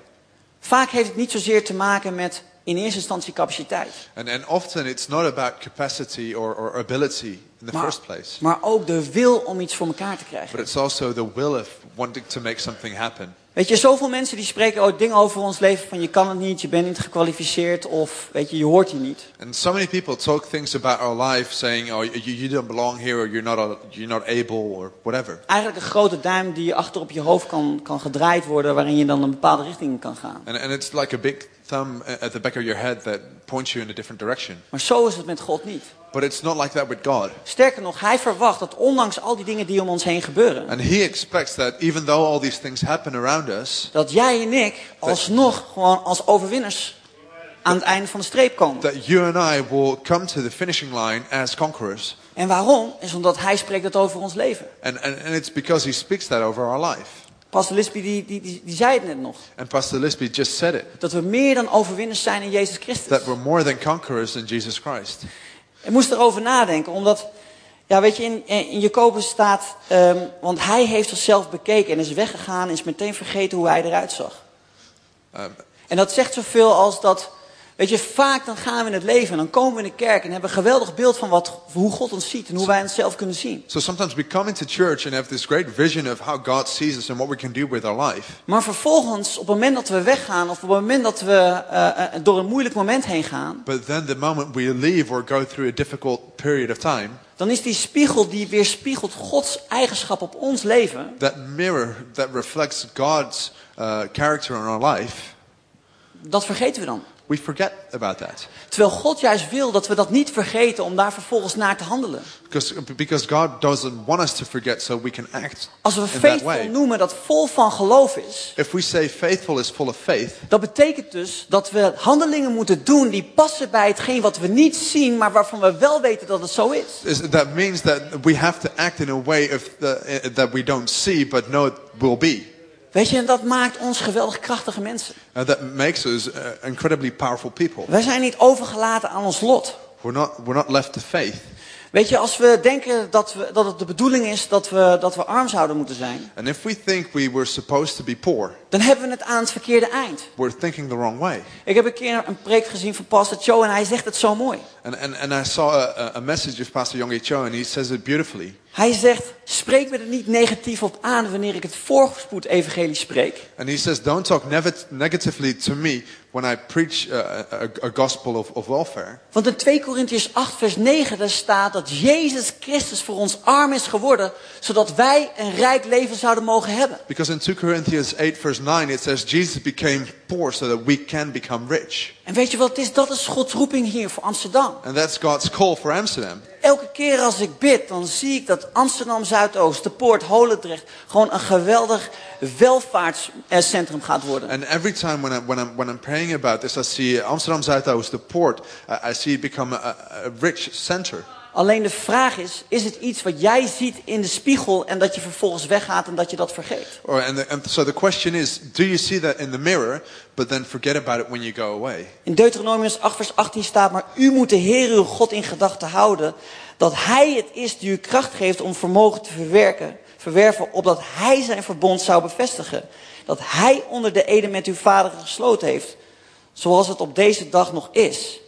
A: Vaak heeft het niet zozeer te maken met in eerste instantie capaciteit,
B: And, and often it's not about capacity or, or ability in the
A: maar,
B: first place,
A: maar ook de wil om iets voor elkaar te
B: but
A: krijgen.
B: it's also the will of wanting to make something happen.
A: Weet je, zoveel mensen die spreken ook dingen over ons leven van je kan het niet, je bent niet gekwalificeerd of weet je, je hoort hier niet.
B: And so many people talk things about our life saying, oh, you, you don't belong here or you're not, a, you're not able or whatever.
A: Eigenlijk een grote duim die je achter op je hoofd kan, kan gedraaid worden, waarin je dan een bepaalde richting in kan gaan.
B: And, and it's like a big thumb a- at the back of your head that points you in a different direction.
A: Maar zo is het met God niet.
B: But it's not like that with God.
A: Sterker nog, hij verwacht dat ondanks al die dingen die om ons heen gebeuren,
B: And He expects that even though all these things happen around us,
A: dat jij en ik alsnog gewoon als overwinners aan het einde van de streep komen.
B: that you and I will come to the finishing line as conquerors.
A: En waarom? Is omdat hij spreekt dat over ons leven.
B: And, and, and it's because He speaks that over our life.
A: Pastor Lisby die, die, die, die zei het net nog.
B: And Pastor Lisby just said it
A: Dat we meer dan overwinners zijn in Jezus
B: that
A: Christus.
B: we're more than conquerors in Jesus Christ.
A: Ik moest erover nadenken, omdat... Ja, weet je, in, in Jacobus staat... ehm, want hij heeft zichzelf bekeken en is weggegaan... en is meteen vergeten hoe hij eruit zag.
B: Um,
A: En dat zegt zoveel als dat... Weet je, vaak dan gaan we in het leven en dan komen we in de kerk... en hebben een geweldig beeld van wat, hoe God ons ziet... en hoe wij onszelf kunnen zien.
B: so sometimes we come into church and have this great vision of how God sees us and what we can do with our life.
A: Maar vervolgens, op het moment dat we weggaan... of op het moment dat we eh, eh, door een moeilijk moment heen gaan...
B: But then the moment we leave or go through a difficult period of time,
A: dan is die spiegel die weerspiegelt Gods eigenschap op ons leven,
B: that mirror that reflects God's uh, character in our life,
A: dat vergeten we dan.
B: we forget about that.
A: Terwijl God juist wil dat we dat niet vergeten om daar vervolgens naar te handelen.
B: Because, because God doesn't want us to forget so we can act
A: Als we
B: in that
A: faithful
B: way.
A: noemen dat vol van geloof is,
B: If we say faithful is full of faith,
A: dat betekent dus dat we handelingen moeten doen die passen bij hetgeen wat we niet zien, maar waarvan we wel weten dat het zo is.
B: is, that means that we have to act in a way of the, eh, that we don't see but know it will be.
A: Weet je, en dat maakt ons geweldig krachtige mensen.
B: And that makes us uh, incredibly powerful people.
A: Wij zijn niet overgelaten aan ons lot.
B: We're not, we're not left to faith.
A: Weet je, als we denken dat, we, dat het de bedoeling is dat we, dat we arm zouden moeten zijn,
B: And if we think we were supposed to be poor,
A: dan hebben we het aan het verkeerde eind.
B: we're thinking the wrong way.
A: Ik heb een keer een preek gezien van Pastor Cho en hij zegt het zo mooi.
B: And, and, and I saw a, a message of Pastor Yonggi Cho, and he says it beautifully.
A: Hij zegt, spreek me er niet negatief op aan wanneer ik het voorspoed-evangelie spreek.
B: And he says, Don't talk nev- negatively to me when I preach uh, a, a, a gospel of, of welfare.
A: Want in 2 Korintiërs 8 vers 9 daar staat dat Jezus Christus voor ons arm is geworden, zodat wij een rijk leven zouden mogen hebben.
B: Because in 2 Corinthians 8, verse 9, it says, Jesus became poor so that we can become rich.
A: En weet je wat het is? Dat is Gods roeping hier voor Amsterdam.
B: And that's God's call for Amsterdam.
A: Elke keer als ik bid, dan zie ik dat Amsterdam Zuidoost, de Poort, Holendrecht, gewoon een geweldig welvaartscentrum gaat worden.
B: And every time when, I, when, I'm, when I'm praying about this, I see Amsterdam Zuidoost, the port, I, I see it become a, a rich center.
A: Alleen de vraag is, is het iets wat jij ziet in de spiegel en dat je vervolgens weggaat en dat je dat vergeet?
B: Or, and, the, and so the question is, do you see that in the mirror, but then forget about it when you go away?
A: In Deuteronomius 8 vers 18 staat, maar u moet de Heer uw God in gedachten houden, dat Hij het is die u kracht geeft om vermogen te verwerken, verwerven, opdat Hij zijn verbond zou bevestigen, dat Hij onder de ede met uw vader gesloten heeft, zoals het op deze dag nog is.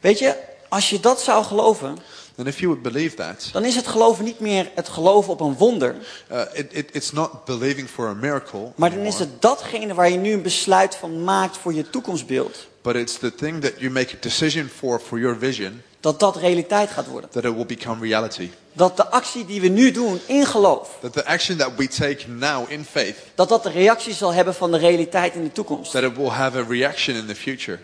A: Weet je, als je dat zou geloven,
B: And if you would believe that,
A: dan is het geloven niet meer het geloven op een wonder,
B: uh, it, it, it's not believing for a miracle,
A: maar dan is
B: anymore,
A: het datgene waar je nu een besluit van maakt voor je toekomstbeeld,
B: but it's the thing that you make a decision for, for your vision,
A: dat dat realiteit gaat worden.
B: that it will become reality.
A: Dat de actie die we nu doen in geloof,
B: That the action that we take now in faith,
A: dat dat de reactie zal hebben van de realiteit in de toekomst.
B: that it will have a reaction in the future.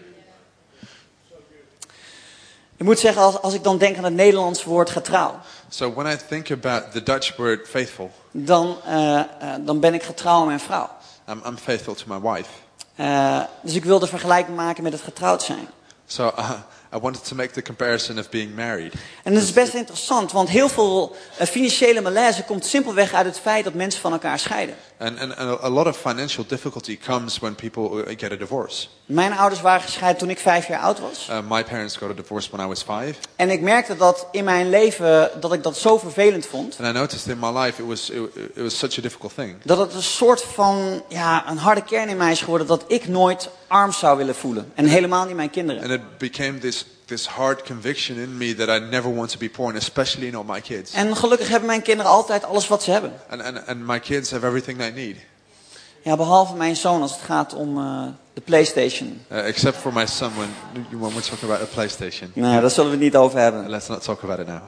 A: Ik moet zeggen, als, als ik dan denk aan het Nederlands woord getrouw,
B: So when I think about the Dutch word faithful,
A: dan, eh, eh, dan ben ik getrouw aan mijn vrouw.
B: I'm, I'm faithful to my wife.
A: Eh, dus ik wilde vergelijking maken met het getrouwd zijn.
B: So uh, I wanted to make the comparison of being married.
A: En dat is best interessant, want heel veel eh, financiële malaise komt simpelweg uit het feit dat mensen van elkaar scheiden.
B: And, and, and a lot of financial difficulty comes when people uh, get a divorce.
A: Mijn ouders waren gescheiden toen ik vijf jaar oud was.
B: Uh, my parents got a divorce when I was five,
A: En ik merkte dat in mijn leven, dat ik dat zo vervelend vond.
B: and I noticed in my life it was, it, it was such a difficult thing.
A: Dat het een soort van, ja, een harde kern in mij is geworden dat ik nooit arm zou willen voelen. En helemaal niet mijn kinderen.
B: And it became this, this hard conviction in me that I never want to be poor, and especially not my kids.
A: En gelukkig hebben mijn kinderen altijd alles wat ze hebben.
B: And, and, and my kids have everything they need,
A: Ja, behalve mijn zoon als het gaat om eh, de Playstation.
B: uh, except for my son when, when we're talking about a PlayStation.
A: Nou, daar zullen we het niet over hebben.
B: Let's not talk about it now.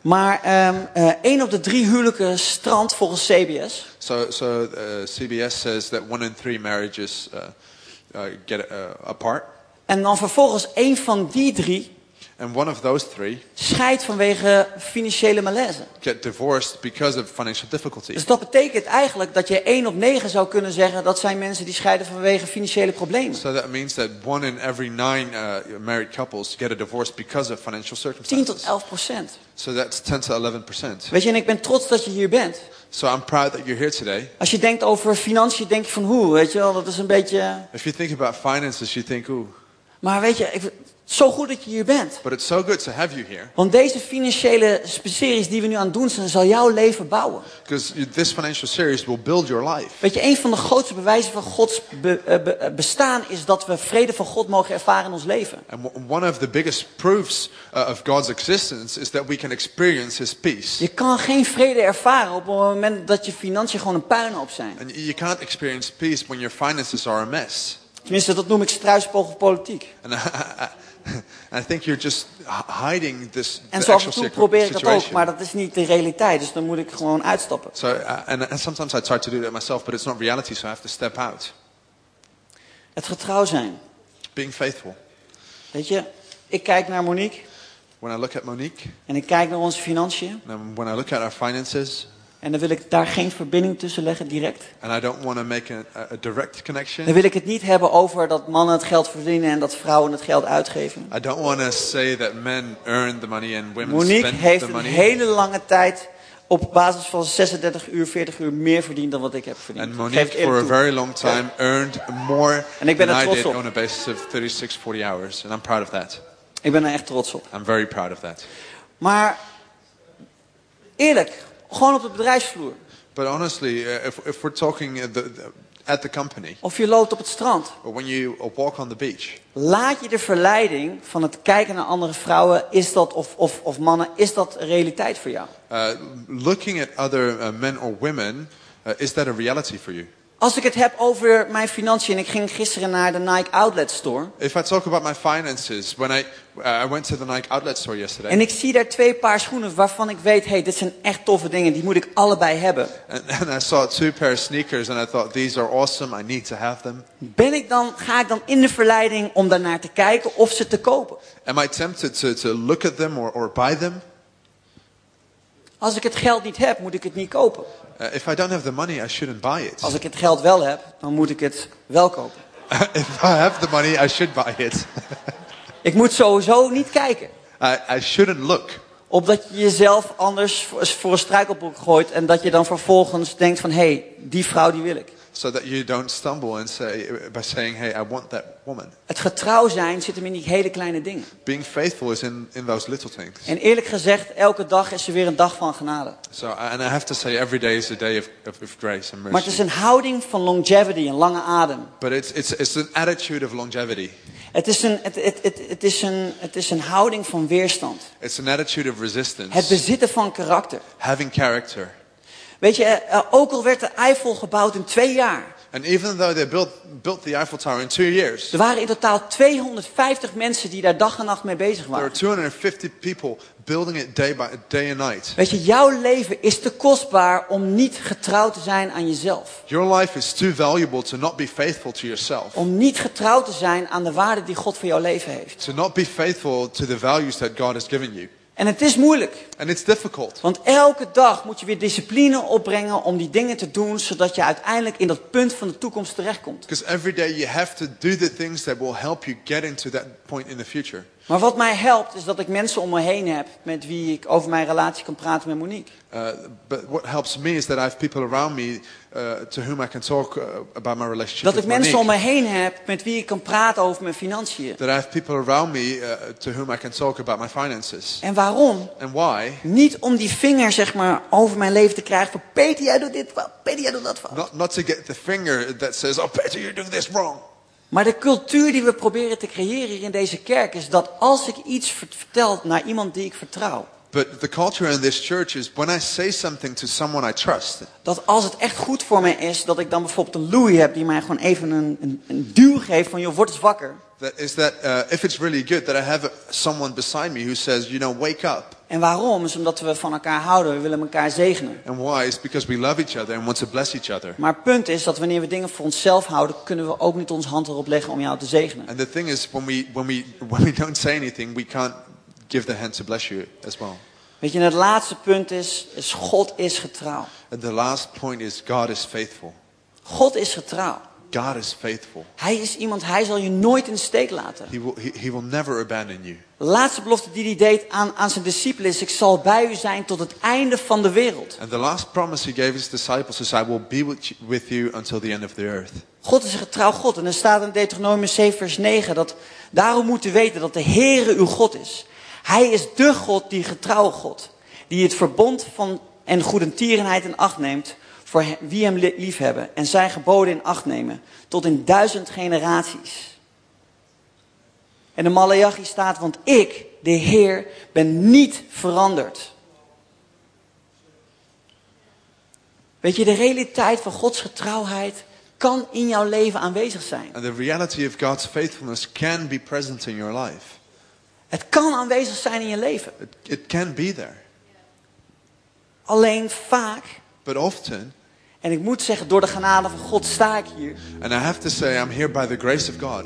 A: Maar ehm eh, één op de drie huwelijken strandt volgens CBS.
B: So, so uh, CBS says that one in three marriages uh, uh, get uh, apart,
A: En dan vervolgens één van die drie
B: and one of those three
A: scheidt vanwege financiële malaise.
B: get divorced because of financial difficulties.
A: Dus dat betekent eigenlijk dat je één op negen zou kunnen zeggen dat zijn mensen die scheiden vanwege financiële problemen.
B: So that means that one in every nine uh, married couples get a divorce because of financial
A: 10 tot
B: circumstances.
A: 11 procent.
B: So that's 10 to 11 percent.
A: Weet je, en ik ben trots dat je hier bent.
B: So I'm proud that you're here today.
A: Als je denkt over financiën, denk je van hoe, weet je wel, dat is een beetje...
B: If you think about finances, you think, ooh,
A: Maar weet je, ik... zo goed dat je hier bent.
B: but it's so good to have you here
A: Want deze financiële series die we nu aan het doen zijn, zal jouw leven bouwen.
B: because this financial series will build your life.
A: Weet je, een van de grootste bewijzen van Gods be- eh, be- eh, bestaan is dat we vrede van God mogen ervaren in ons leven.
B: And w- one of the biggest proofs uh, of God's existence is that we can experience His peace.
A: Je kan geen vrede ervaren op het moment dat je financiën gewoon een puinhoop zijn.
B: And you can't experience peace when your finances are a mess.
A: Tenminste, dat noem ik struispogelpolitiek.
B: And I, I, I think you're just h- hiding this
A: En
B: the
A: zo af en
B: actual
A: toe
B: situ-
A: probeer ik dat ook,
B: situation.
A: maar dat is niet de realiteit. Dus dan moet ik gewoon uitstappen.
B: So, uh, and, and sometimes I try to do that myself, but it's not reality, so I have to step out.
A: Het getrouw zijn.
B: Being faithful.
A: Weet je, ik kijk naar Monique
B: When I look at Monique,
A: en ik kijk naar onze financiën.
B: and when I look at our finances,
A: En dan wil ik daar geen verbinding tussen leggen direct.
B: and I don't want to make a, a- a direct
A: Dan
B: connection,
A: wil ik het niet hebben over dat mannen het geld verdienen en dat vrouwen het geld uitgeven.
B: I don't want to say that men earn the money and women
A: Monique
B: spend
A: heeft
B: the
A: een
B: money.
A: hele lange tijd op basis van 36 uur, 40 uur meer verdiend dan wat ik heb verdiend.
B: And
A: Geef
B: Monique,
A: ik eerlijk
B: for a
A: toe.
B: very long time, earned more
A: En ik ben
B: than
A: er
B: I
A: trots
B: did
A: op.
B: on a basis of 36, 40 hours. And I'm proud of that.
A: Ik ben er echt trots op.
B: I'm very proud of that.
A: Maar eerlijk, gewoon op de bedrijfsvloer.
B: But honestly, uh, if, if we're talking at the, the, at the company,
A: Of je loopt op het strand.
B: or when you uh, walk on the beach,
A: Laat je de verleiding van het kijken naar andere vrouwen is dat, of, of, of mannen, is dat realiteit voor jou?
B: uh, looking at other uh, men or women, uh, is that a reality for you?
A: Als ik het heb over mijn financiën, en ik ging gisteren naar de Nike Outlet Store.
B: If I talk about my finances, when I, uh, I went to the Nike outlet store yesterday,
A: En ik zie daar twee paar schoenen waarvan ik weet, hey, dit zijn echt toffe dingen, die moet ik allebei hebben.
B: and, and I saw two pair of sneakers, and I thought, these are awesome, I need to have them.
A: Ben ik dan, ga ik dan in de verleiding om daarnaar te kijken of ze te kopen?
B: Am I tempted to, to look at them or, or buy them?
A: Als ik het geld niet heb, moet ik het niet kopen.
B: Uh, if I don't have the money, I shouldn't buy it.
A: Als ik het geld wel heb, dan moet ik het wel kopen.
B: if I have the money, I should buy it.
A: Ik moet sowieso niet kijken.
B: I, I shouldn't look.
A: Opdat je jezelf anders voor voor een struikelbroek gooit en dat je dan vervolgens denkt van, hé, hey, die vrouw die wil ik.
B: so that you don't stumble and say by saying, "Hey, I want that woman."
A: Het getrouw zijn zit hem in die hele kleine dingen.
B: Being faithful is in, in those little things.
A: En eerlijk gezegd, elke dag is er weer een dag van genade.
B: So, and I have to say, every day is a day of, of, of grace and
A: Maar het is
B: mercy.
A: een houding van longevity, een lange adem.
B: But it's it's it's an attitude of longevity.
A: En Het is een, het, het, het, het is een, het is een houding van weerstand.
B: It's an attitude of
A: Het
B: resistance,
A: bezitten van karakter.
B: having character.
A: Weet je, eh, ook al werd de Eiffel gebouwd in twee jaar.
B: And even though they built, built the Eiffel Tower in two years,
A: Er waren in totaal 250 mensen die daar dag en nacht mee bezig
B: there were
A: waren.
B: 250 people building it day by day and night.
A: Weet je, jouw leven is te kostbaar om niet getrouw te zijn aan jezelf.
B: Your life is too valuable to not be faithful to yourself,
A: Om niet getrouw te zijn aan de waarde die God voor jouw leven heeft.
B: to not be faithful to the values that God has given you.
A: En het is moeilijk,
B: And it's difficult
A: want elke dag moet je weer discipline opbrengen om die dingen te doen, zodat je uiteindelijk in dat punt van de toekomst terechtkomt.
B: because every day you have to do the things that will help you get into that point in the future.
A: Maar wat mij helpt, is dat ik mensen om me heen heb met wie ik over mijn relatie kan praten met Monique.
B: Uh, but what helps me is that I have people around me uh, to whom I can talk uh, about my relationship
A: Dat ik
B: with
A: mensen om me
B: Monique.
A: heen heb met wie ik kan praten over mijn financiën.
B: That I have people around me uh, to whom I can talk about my finances.
A: En waarom?
B: And why?
A: Niet om die vinger zeg maar over mijn leven te krijgen van Peter, jij doet dit fout, Peter, jij doet dat fout.
B: Not, not to get the finger that says, oh, Peter, you're doing this wrong.
A: Maar de cultuur die we proberen te creëren hier in deze kerk is dat als ik iets ver- vertel naar iemand die ik vertrouw,
B: But the culture in this church is when I say something to someone I trust,
A: dat als het echt goed voor mij is, dat ik dan bijvoorbeeld een Louis heb die mij gewoon even een, een, een duw geeft van joh, word eens wakker.
B: that is that uh, if it's really good, that I have someone beside me who says, you know, wake up.
A: En waarom? Is omdat we van elkaar houden, we willen elkaar zegenen.
B: And why? It's because we love each other and want to bless each other.
A: Maar het punt is dat wanneer we dingen voor onszelf houden, kunnen we ook niet onze hand erop leggen om jou te zegenen.
B: And the thing is, when we, when we, when we don't say anything, we can't give the hand to bless you as well.
A: Weet je, en het laatste punt is, is God is getrouw.
B: And the last point is God is faithful.
A: God is getrouw.
B: God is faithful.
A: Hij is iemand, hij zal je nooit in de steek laten.
B: He will, he, he will never abandon you.
A: De laatste belofte die hij deed aan, aan zijn discipelen is, ik zal bij u zijn tot het einde van de wereld.
B: And the last promise he gave his disciples is, I will be with you, with you until the end of the earth.
A: God is een getrouw God. En er staat in Deuteronomium 7 vers 9 dat daarom moet u weten dat de Heere uw God is. Hij is de God, die getrouwe God. Die het verbond van en goedentierenheid in acht neemt voor he- wie hem li- liefhebben. En zijn geboden in acht nemen tot in duizend generaties. En in Malachi staat, want ik, de Heer, ben niet veranderd. Weet je, de realiteit van Gods getrouwheid kan in jouw leven aanwezig zijn.
B: And the reality of God's faithfulness can be present in your life.
A: Het kan aanwezig zijn in je leven.
B: It, it can be there.
A: Alleen vaak,
B: But often,
A: en ik moet zeggen, door de genade van God sta ik hier.
B: and I have to say, I'm here by the grace of God.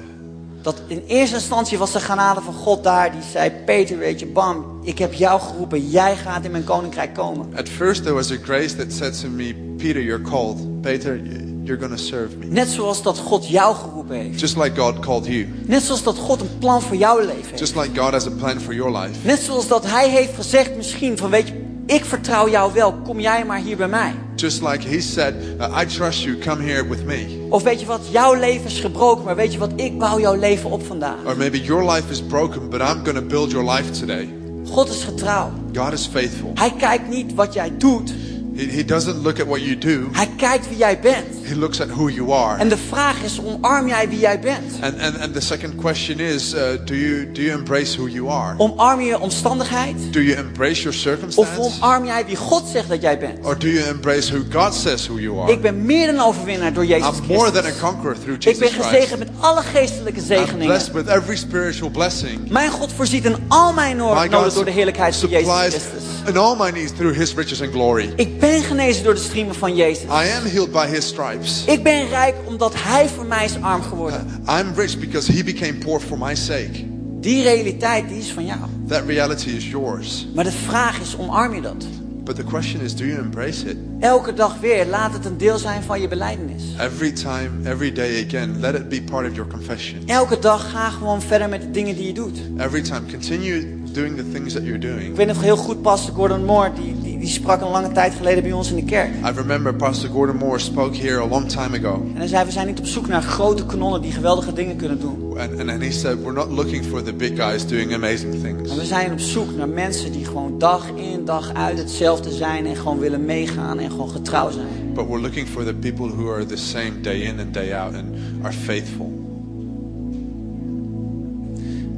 A: Dat in eerste instantie was de genade van God daar. Die zei, Peter, weet je, bam, ik heb jou geroepen. Jij gaat in mijn koninkrijk komen.
B: At first, there was a grace that said to me, Peter, you're called. Peter, y- you're going to serve me.
A: Net zoals dat God jou geroepen heeft.
B: Just like God called you.
A: Net zoals dat God een plan voor jouw leven heeft.
B: Just like God has a plan for your life.
A: Net zoals dat hij heeft gezegd misschien van weet je, ik vertrouw jou wel, kom jij maar hier bij mij.
B: Just like He said, uh, I trust you, come here with me.
A: Of weet je wat, jouw leven is gebroken, maar weet je wat, ik bouw jouw leven op vandaag.
B: Or maybe your life is broken, but I'm going to build your life today.
A: God is getrouw.
B: God is faithful.
A: Hij kijkt niet wat jij doet,
B: He, he doesn't look at what you do,
A: hij kijkt wie jij bent.
B: He looks at who you are.
A: En de vraag is, omarm jij wie jij bent?
B: And, and, and the second question is, uh, do, you, do you embrace who you are?
A: Omarm je je omstandigheid?
B: Do you embrace your
A: Of
B: circumstance?
A: omarm jij wie God zegt dat jij bent?
B: Or do you embrace who God says who you are?
A: Ik ben meer dan overwinnaar door Jezus
B: I'm more than a
A: Christus.
B: conqueror through
A: Ik ben
B: Jesus
A: gezegend
B: Christ.
A: met alle geestelijke
B: I'm
A: zegeningen.
B: blessed with every spiritual blessing.
A: Mijn God voorziet in al mijn
B: My
A: noden
B: God
A: door de heerlijkheid van Jezus Christus.
B: supplies in all my needs through His riches and glory.
A: Ik ben genezen door de streamen van Jezus.
B: I am healed by His stripes.
A: Ik ben rijk omdat Hij voor mij is arm geworden.
B: I'm rich because He became poor for my sake.
A: Die realiteit die is van jou.
B: That reality is yours.
A: Maar de vraag is, omarm je dat?
B: But the question is, do you embrace it?
A: Elke dag weer, laat het een deel zijn van je belijdenis.
B: Every time, every day again, let it be part of your confession.
A: Elke dag ga gewoon verder met de dingen die je doet.
B: Every time, continue doing the things that you're
A: Ik
B: doing.
A: weet nog heel goed, Pastor Gordon Moore, die, die, die sprak een lange tijd geleden bij ons in de kerk.
B: I remember Pastor Gordon Moore spoke here a long time ago,
A: En hij zei, we zijn niet op zoek naar grote kanonnen die geweldige dingen kunnen doen.
B: and, and, and he said, We're not looking for the big guys doing amazing
A: Maar we
B: things.
A: zijn op zoek naar mensen die gewoon dag in dag uit hetzelfde zijn en gewoon willen meegaan en gewoon getrouw zijn.
B: But we're looking for the people who are the same day in and day out and are faithful.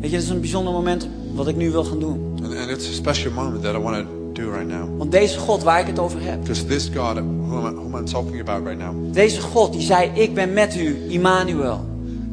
A: Weet je, dat is een bijzonder moment wat ik nu wil gaan doen.
B: And, and it's a special moment that I want to do right now.
A: Want deze God waar ik het over heb,
B: Because this God whom, I, whom I'm talking about right now,
A: deze God die zei, ik ben met u, Immanuel.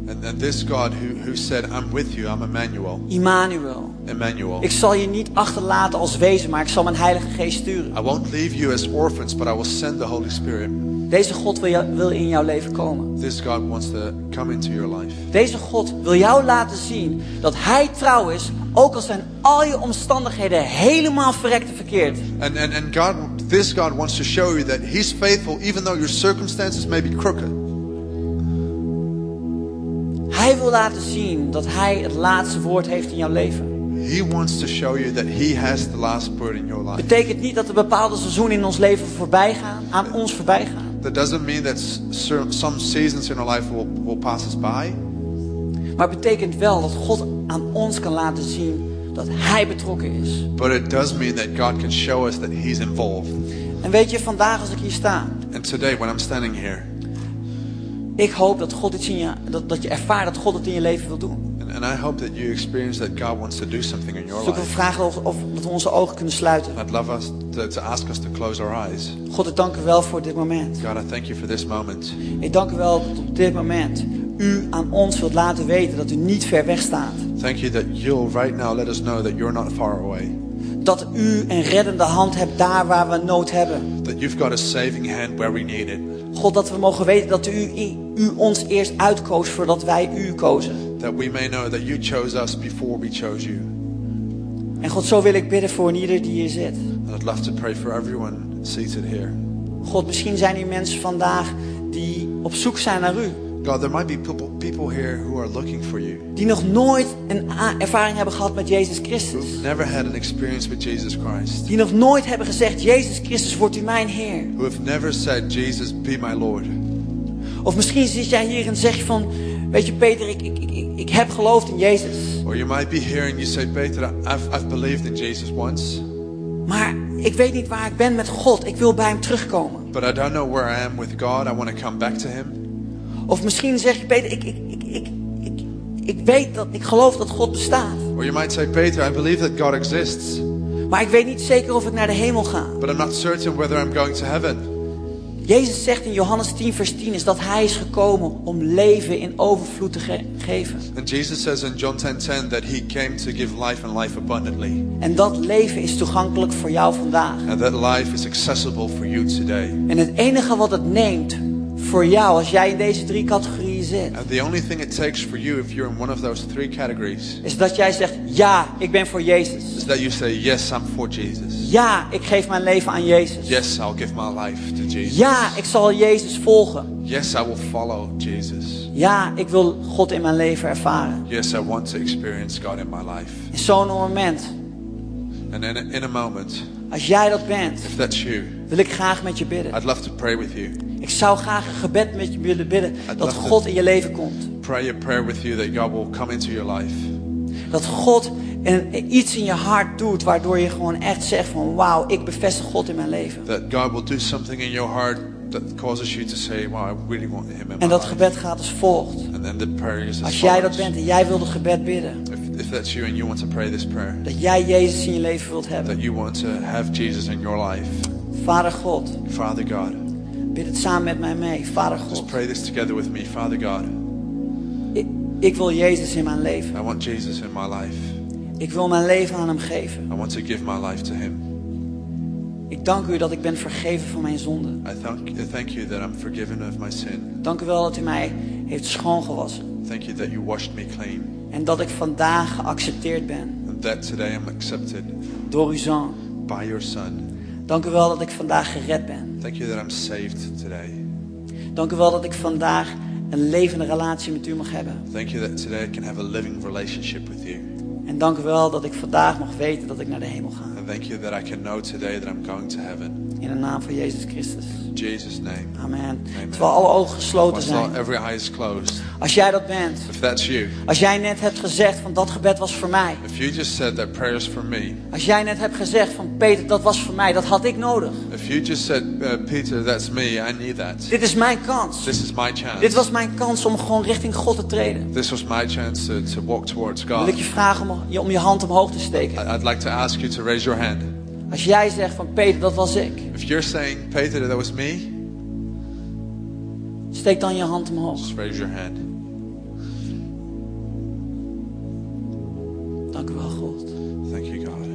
B: and, and this God who, who said, I'm with you, I'm Emmanuel.
A: Immanuel.
B: Emmanuel.
A: Ik zal je niet achterlaten als wezen, maar ik zal mijn heilige geest sturen.
B: I won't leave you as orphans, but I will send the Holy Spirit.
A: Deze God wil, jou- wil in jouw leven komen.
B: This God wants to come into your life.
A: Deze God wil jou laten zien dat Hij trouw is, ook al zijn al je omstandigheden helemaal verrekt en verkeerd.
B: And, and, and God, this God wants to show you that He's faithful even though your circumstances may be crooked.
A: Hij wil laten zien dat Hij het laatste woord heeft in jouw leven.
B: He wants to show you that He has the last word in your life.
A: Betekent niet dat er bepaalde seizoenen in ons leven voorbij gaan, aan ons voorbij gaan.
B: That doesn't mean that s- cer- some seasons in our life will, will pass us by,
A: Maar betekent wel dat God aan ons kan laten zien dat Hij betrokken is.
B: but it does mean that God can show us that He's involved.
A: En weet je, vandaag als ik hier sta,
B: And today, when I'm standing here,
A: ik hoop dat, God iets in je, dat, dat je ervaart dat God het in je leven wil doen.
B: and, and I hope that you experience that God wants to do something in your
A: Dus ik wil
B: life.
A: vragen of, of dat we onze ogen kunnen sluiten.
B: I'd love us to, to ask us to close our eyes.
A: God, ik dank u wel voor dit moment.
B: God, I thank you for this moment.
A: Ik dank u wel dat op dit moment u aan ons wilt laten weten dat u niet ver weg staat.
B: Thank you that you'll right now let us know that you're not far away,
A: Dat u een reddende hand hebt daar waar we nood hebben.
B: that you've got a saving hand where we need it,
A: God, dat we mogen weten dat u, u ons eerst uitkoos voordat wij u kozen.
B: that we may know that you chose us before we chose you.
A: En God, zo wil ik bidden voor een ieder die hier zit.
B: And I'd love to pray for everyone seated here.
A: God, misschien zijn hier mensen vandaag die op zoek zijn naar u.
B: God, there might be people, people here who are looking for you,
A: Die nog nooit een a- ervaring hebben gehad met Jezus Christus.
B: who've never had an experience with Jesus Christ,
A: Die nog nooit hebben gezegd, Jezus Christus, wordt u mijn Heer.
B: who have never said, Jesus, be my Lord.
A: Of misschien zit jij hier en zeg je van, weet je Peter, ik, ik, ik, ik- ik heb geloofd in Jezus.
B: Or you might be here and you say, Peter, I've, I've believed in Jesus once,
A: Maar ik weet niet waar ik ben met God. Ik wil bij hem terugkomen.
B: but I don't know where I am with God. I want to come back to Him.
A: Of misschien zeg je Peter, ik, ik, ik, ik, ik, ik weet dat, ik geloof dat God bestaat.
B: Or you might say, Peter, I believe that God exists,
A: Maar ik weet niet zeker of ik naar de hemel ga.
B: but I'm not certain whether I'm going to heaven.
A: Jezus zegt in Johannes 10 vers 10 is dat hij is gekomen om leven in overvloed te ge- geven.
B: And Jesus says in John 10:10 that he came to give life and life abundantly.
A: En dat leven is toegankelijk voor jou vandaag.
B: And that life is accessible for you today.
A: En het enige wat het neemt voor jou als jij in deze drie categorieën zit.
B: And the only thing it takes for you if you're in one of those three categories
A: is dat jij zegt, ja, ik ben voor Jezus.
B: is that you say, Yes, I'm for Jesus.
A: Ja, ik geef mijn leven aan Jezus.
B: Yes, I'll give my life to Jesus.
A: Ja, ik zal Jezus volgen.
B: Yes, I will follow Jesus.
A: Ja, ik wil God in mijn leven ervaren.
B: Yes, I want to experience God in my life.
A: In zo'n moment,
B: And in a, in a moment,
A: als jij dat bent,
B: if that's you,
A: wil ik graag met je bidden.
B: I'd love to pray with you.
A: Ik zou graag een gebed met je willen bidden dat God in je leven komt.
B: Pray a prayer with you that God will come into your life.
A: Dat God een, iets in je hart doet waardoor je gewoon echt zegt van wauw, ik bevestig God in mijn leven.
B: that God will do something in your heart that causes you to say, "Wow, I really want Him in my
A: En dat
B: life."
A: gebed gaat als volgt.
B: And then the prayer is as
A: Als jij dat
B: follows.
A: bent en jij wil een gebed bidden,
B: If, if that's you and you want to pray this prayer,
A: dat jij Jezus in je leven wilt hebben.
B: that you want to have Jesus in your life,
A: Vader God,
B: Father God,
A: bid het samen met mij mee. Vader God,
B: just pray this together with me. Father God,
A: ik, ik wil Jezus in mijn leven.
B: I want Jesus in my life.
A: Ik wil mijn leven aan hem geven.
B: I want to give my life to Him.
A: Ik dank u dat ik ben vergeven van mijn zonden.
B: I thank, I thank you that I'm forgiven of my sin.
A: Dank u wel dat u mij heeft schoongewassen.
B: Thank you that you washed me clean,
A: En dat ik vandaag geaccepteerd ben
B: and that today I'm accepted
A: door uw zoon.
B: by your Son.
A: Dank u wel dat ik vandaag gered ben.
B: Thank you that I'm saved today.
A: Dank u wel dat ik vandaag een levende relatie met u mag hebben.
B: Thank you that today I can have a living relationship with you.
A: En dank u wel dat ik vandaag mag weten dat ik naar de hemel ga.
B: And thank you that I can know today that I'm going to heaven.
A: In de naam van Jezus Christus.
B: In Jesus' name.
A: Amen. Terwijl alle ogen gesloten
B: Whilst all-
A: zijn.
B: every eye is closed.
A: Als jij dat bent.
B: If that's you,
A: Als jij net hebt gezegd van dat gebed was voor mij.
B: if you just said that prayer's for me,
A: Als jij net hebt gezegd van Peter dat was voor mij. Dat had ik nodig.
B: if you just said, uh, Peter, that's me, I need that.
A: Dit is mijn kans.
B: This is my chance.
A: Dit was mijn kans om gewoon richting God te treden.
B: This was my chance to, to walk towards
A: Dan
B: God.
A: wil ik je vragen om je, om je hand omhoog te steken.
B: I- I'd like to ask you to raise your hand.
A: Als jij zegt van Peter dat was ik.
B: If you're saying, Peter, that was me,
A: Steek dan je hand omhoog.
B: just raise your hand.
A: Dank u wel God.
B: Thank you, God.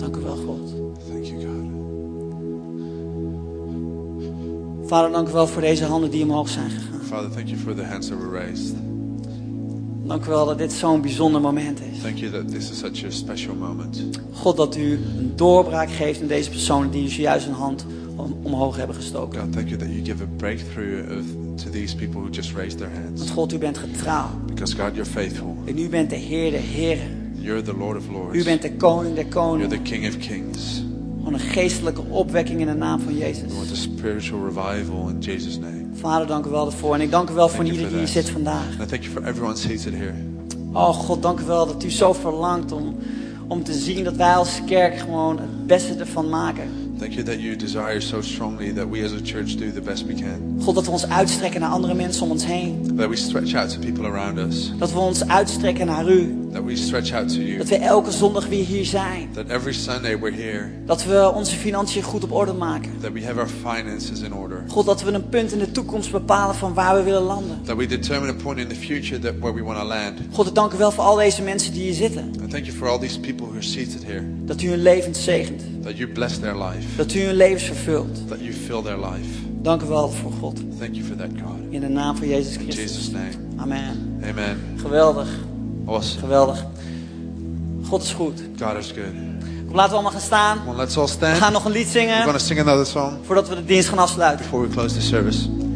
A: Dank u wel God.
B: Thank you, God.
A: Vader dank u wel voor deze handen die omhoog zijn gegaan.
B: Father, thank you for the hands that were raised.
A: Dank u wel dat dit zo'n bijzonder moment is.
B: Thank you that this is such a special moment.
A: God dat u een doorbraak geeft in deze personen die zojuist een hand om- omhoog hebben gestoken.
B: God, thank you that you give a breakthrough of, to these people who just raised their
A: Want
B: hands.
A: God, u bent getrouw.
B: Because God, you're faithful.
A: En u bent de Heer der Heren.
B: You're the Lord of Lords.
A: U bent de Koning der
B: You're the
A: Koningen.
B: King of Kings.
A: Gewoon een geestelijke opwekking in de naam van Jezus.
B: We want a spiritual revival in Jesus' name.
A: Vader, dank u wel ervoor. En ik dank u wel voor
B: Thank you
A: ieder
B: for
A: die hier
B: that.
A: zit vandaag.
B: And I thank you for everyone seated here.
A: Oh God, dank u wel dat u zo verlangt om, om te zien dat wij als kerk gewoon het beste ervan maken.
B: Thank you that you desire so strongly that we as a church do the best we can.
A: God, dat we ons uitstrekken naar andere mensen om ons heen.
B: That we stretch out to people around us.
A: Dat we ons uitstrekken naar u.
B: That we stretch out to you.
A: Dat we elke zondag weer hier zijn.
B: That every Sunday we're here.
A: Dat we onze financiën goed op orde maken.
B: That we have our finances in order.
A: God, dat we een punt in de toekomst bepalen van waar we willen landen.
B: That we determine a point in the future that where we want to land.
A: God, ik dank u wel voor al deze mensen die hier zitten.
B: And thank you for all these people who are seated here.
A: Dat u hun levens zegent.
B: That you bless their life.
A: Dat u hun levens vervult.
B: That you fill their life.
A: Dank u wel voor God.
B: Thank you for that, God.
A: In de naam van Jezus
B: In
A: Christus.
B: Jesus' name.
A: Amen.
B: Amen.
A: Geweldig.
B: Awesome.
A: Geweldig. God is goed.
B: God is good.
A: Kom, laten we allemaal gaan staan.
B: Well, let's all
A: We gaan
B: stand.
A: nog een lied
B: We're going
A: zingen
B: to sing another song
A: voordat we de dienst gaan afsluiten.
B: before we close the service.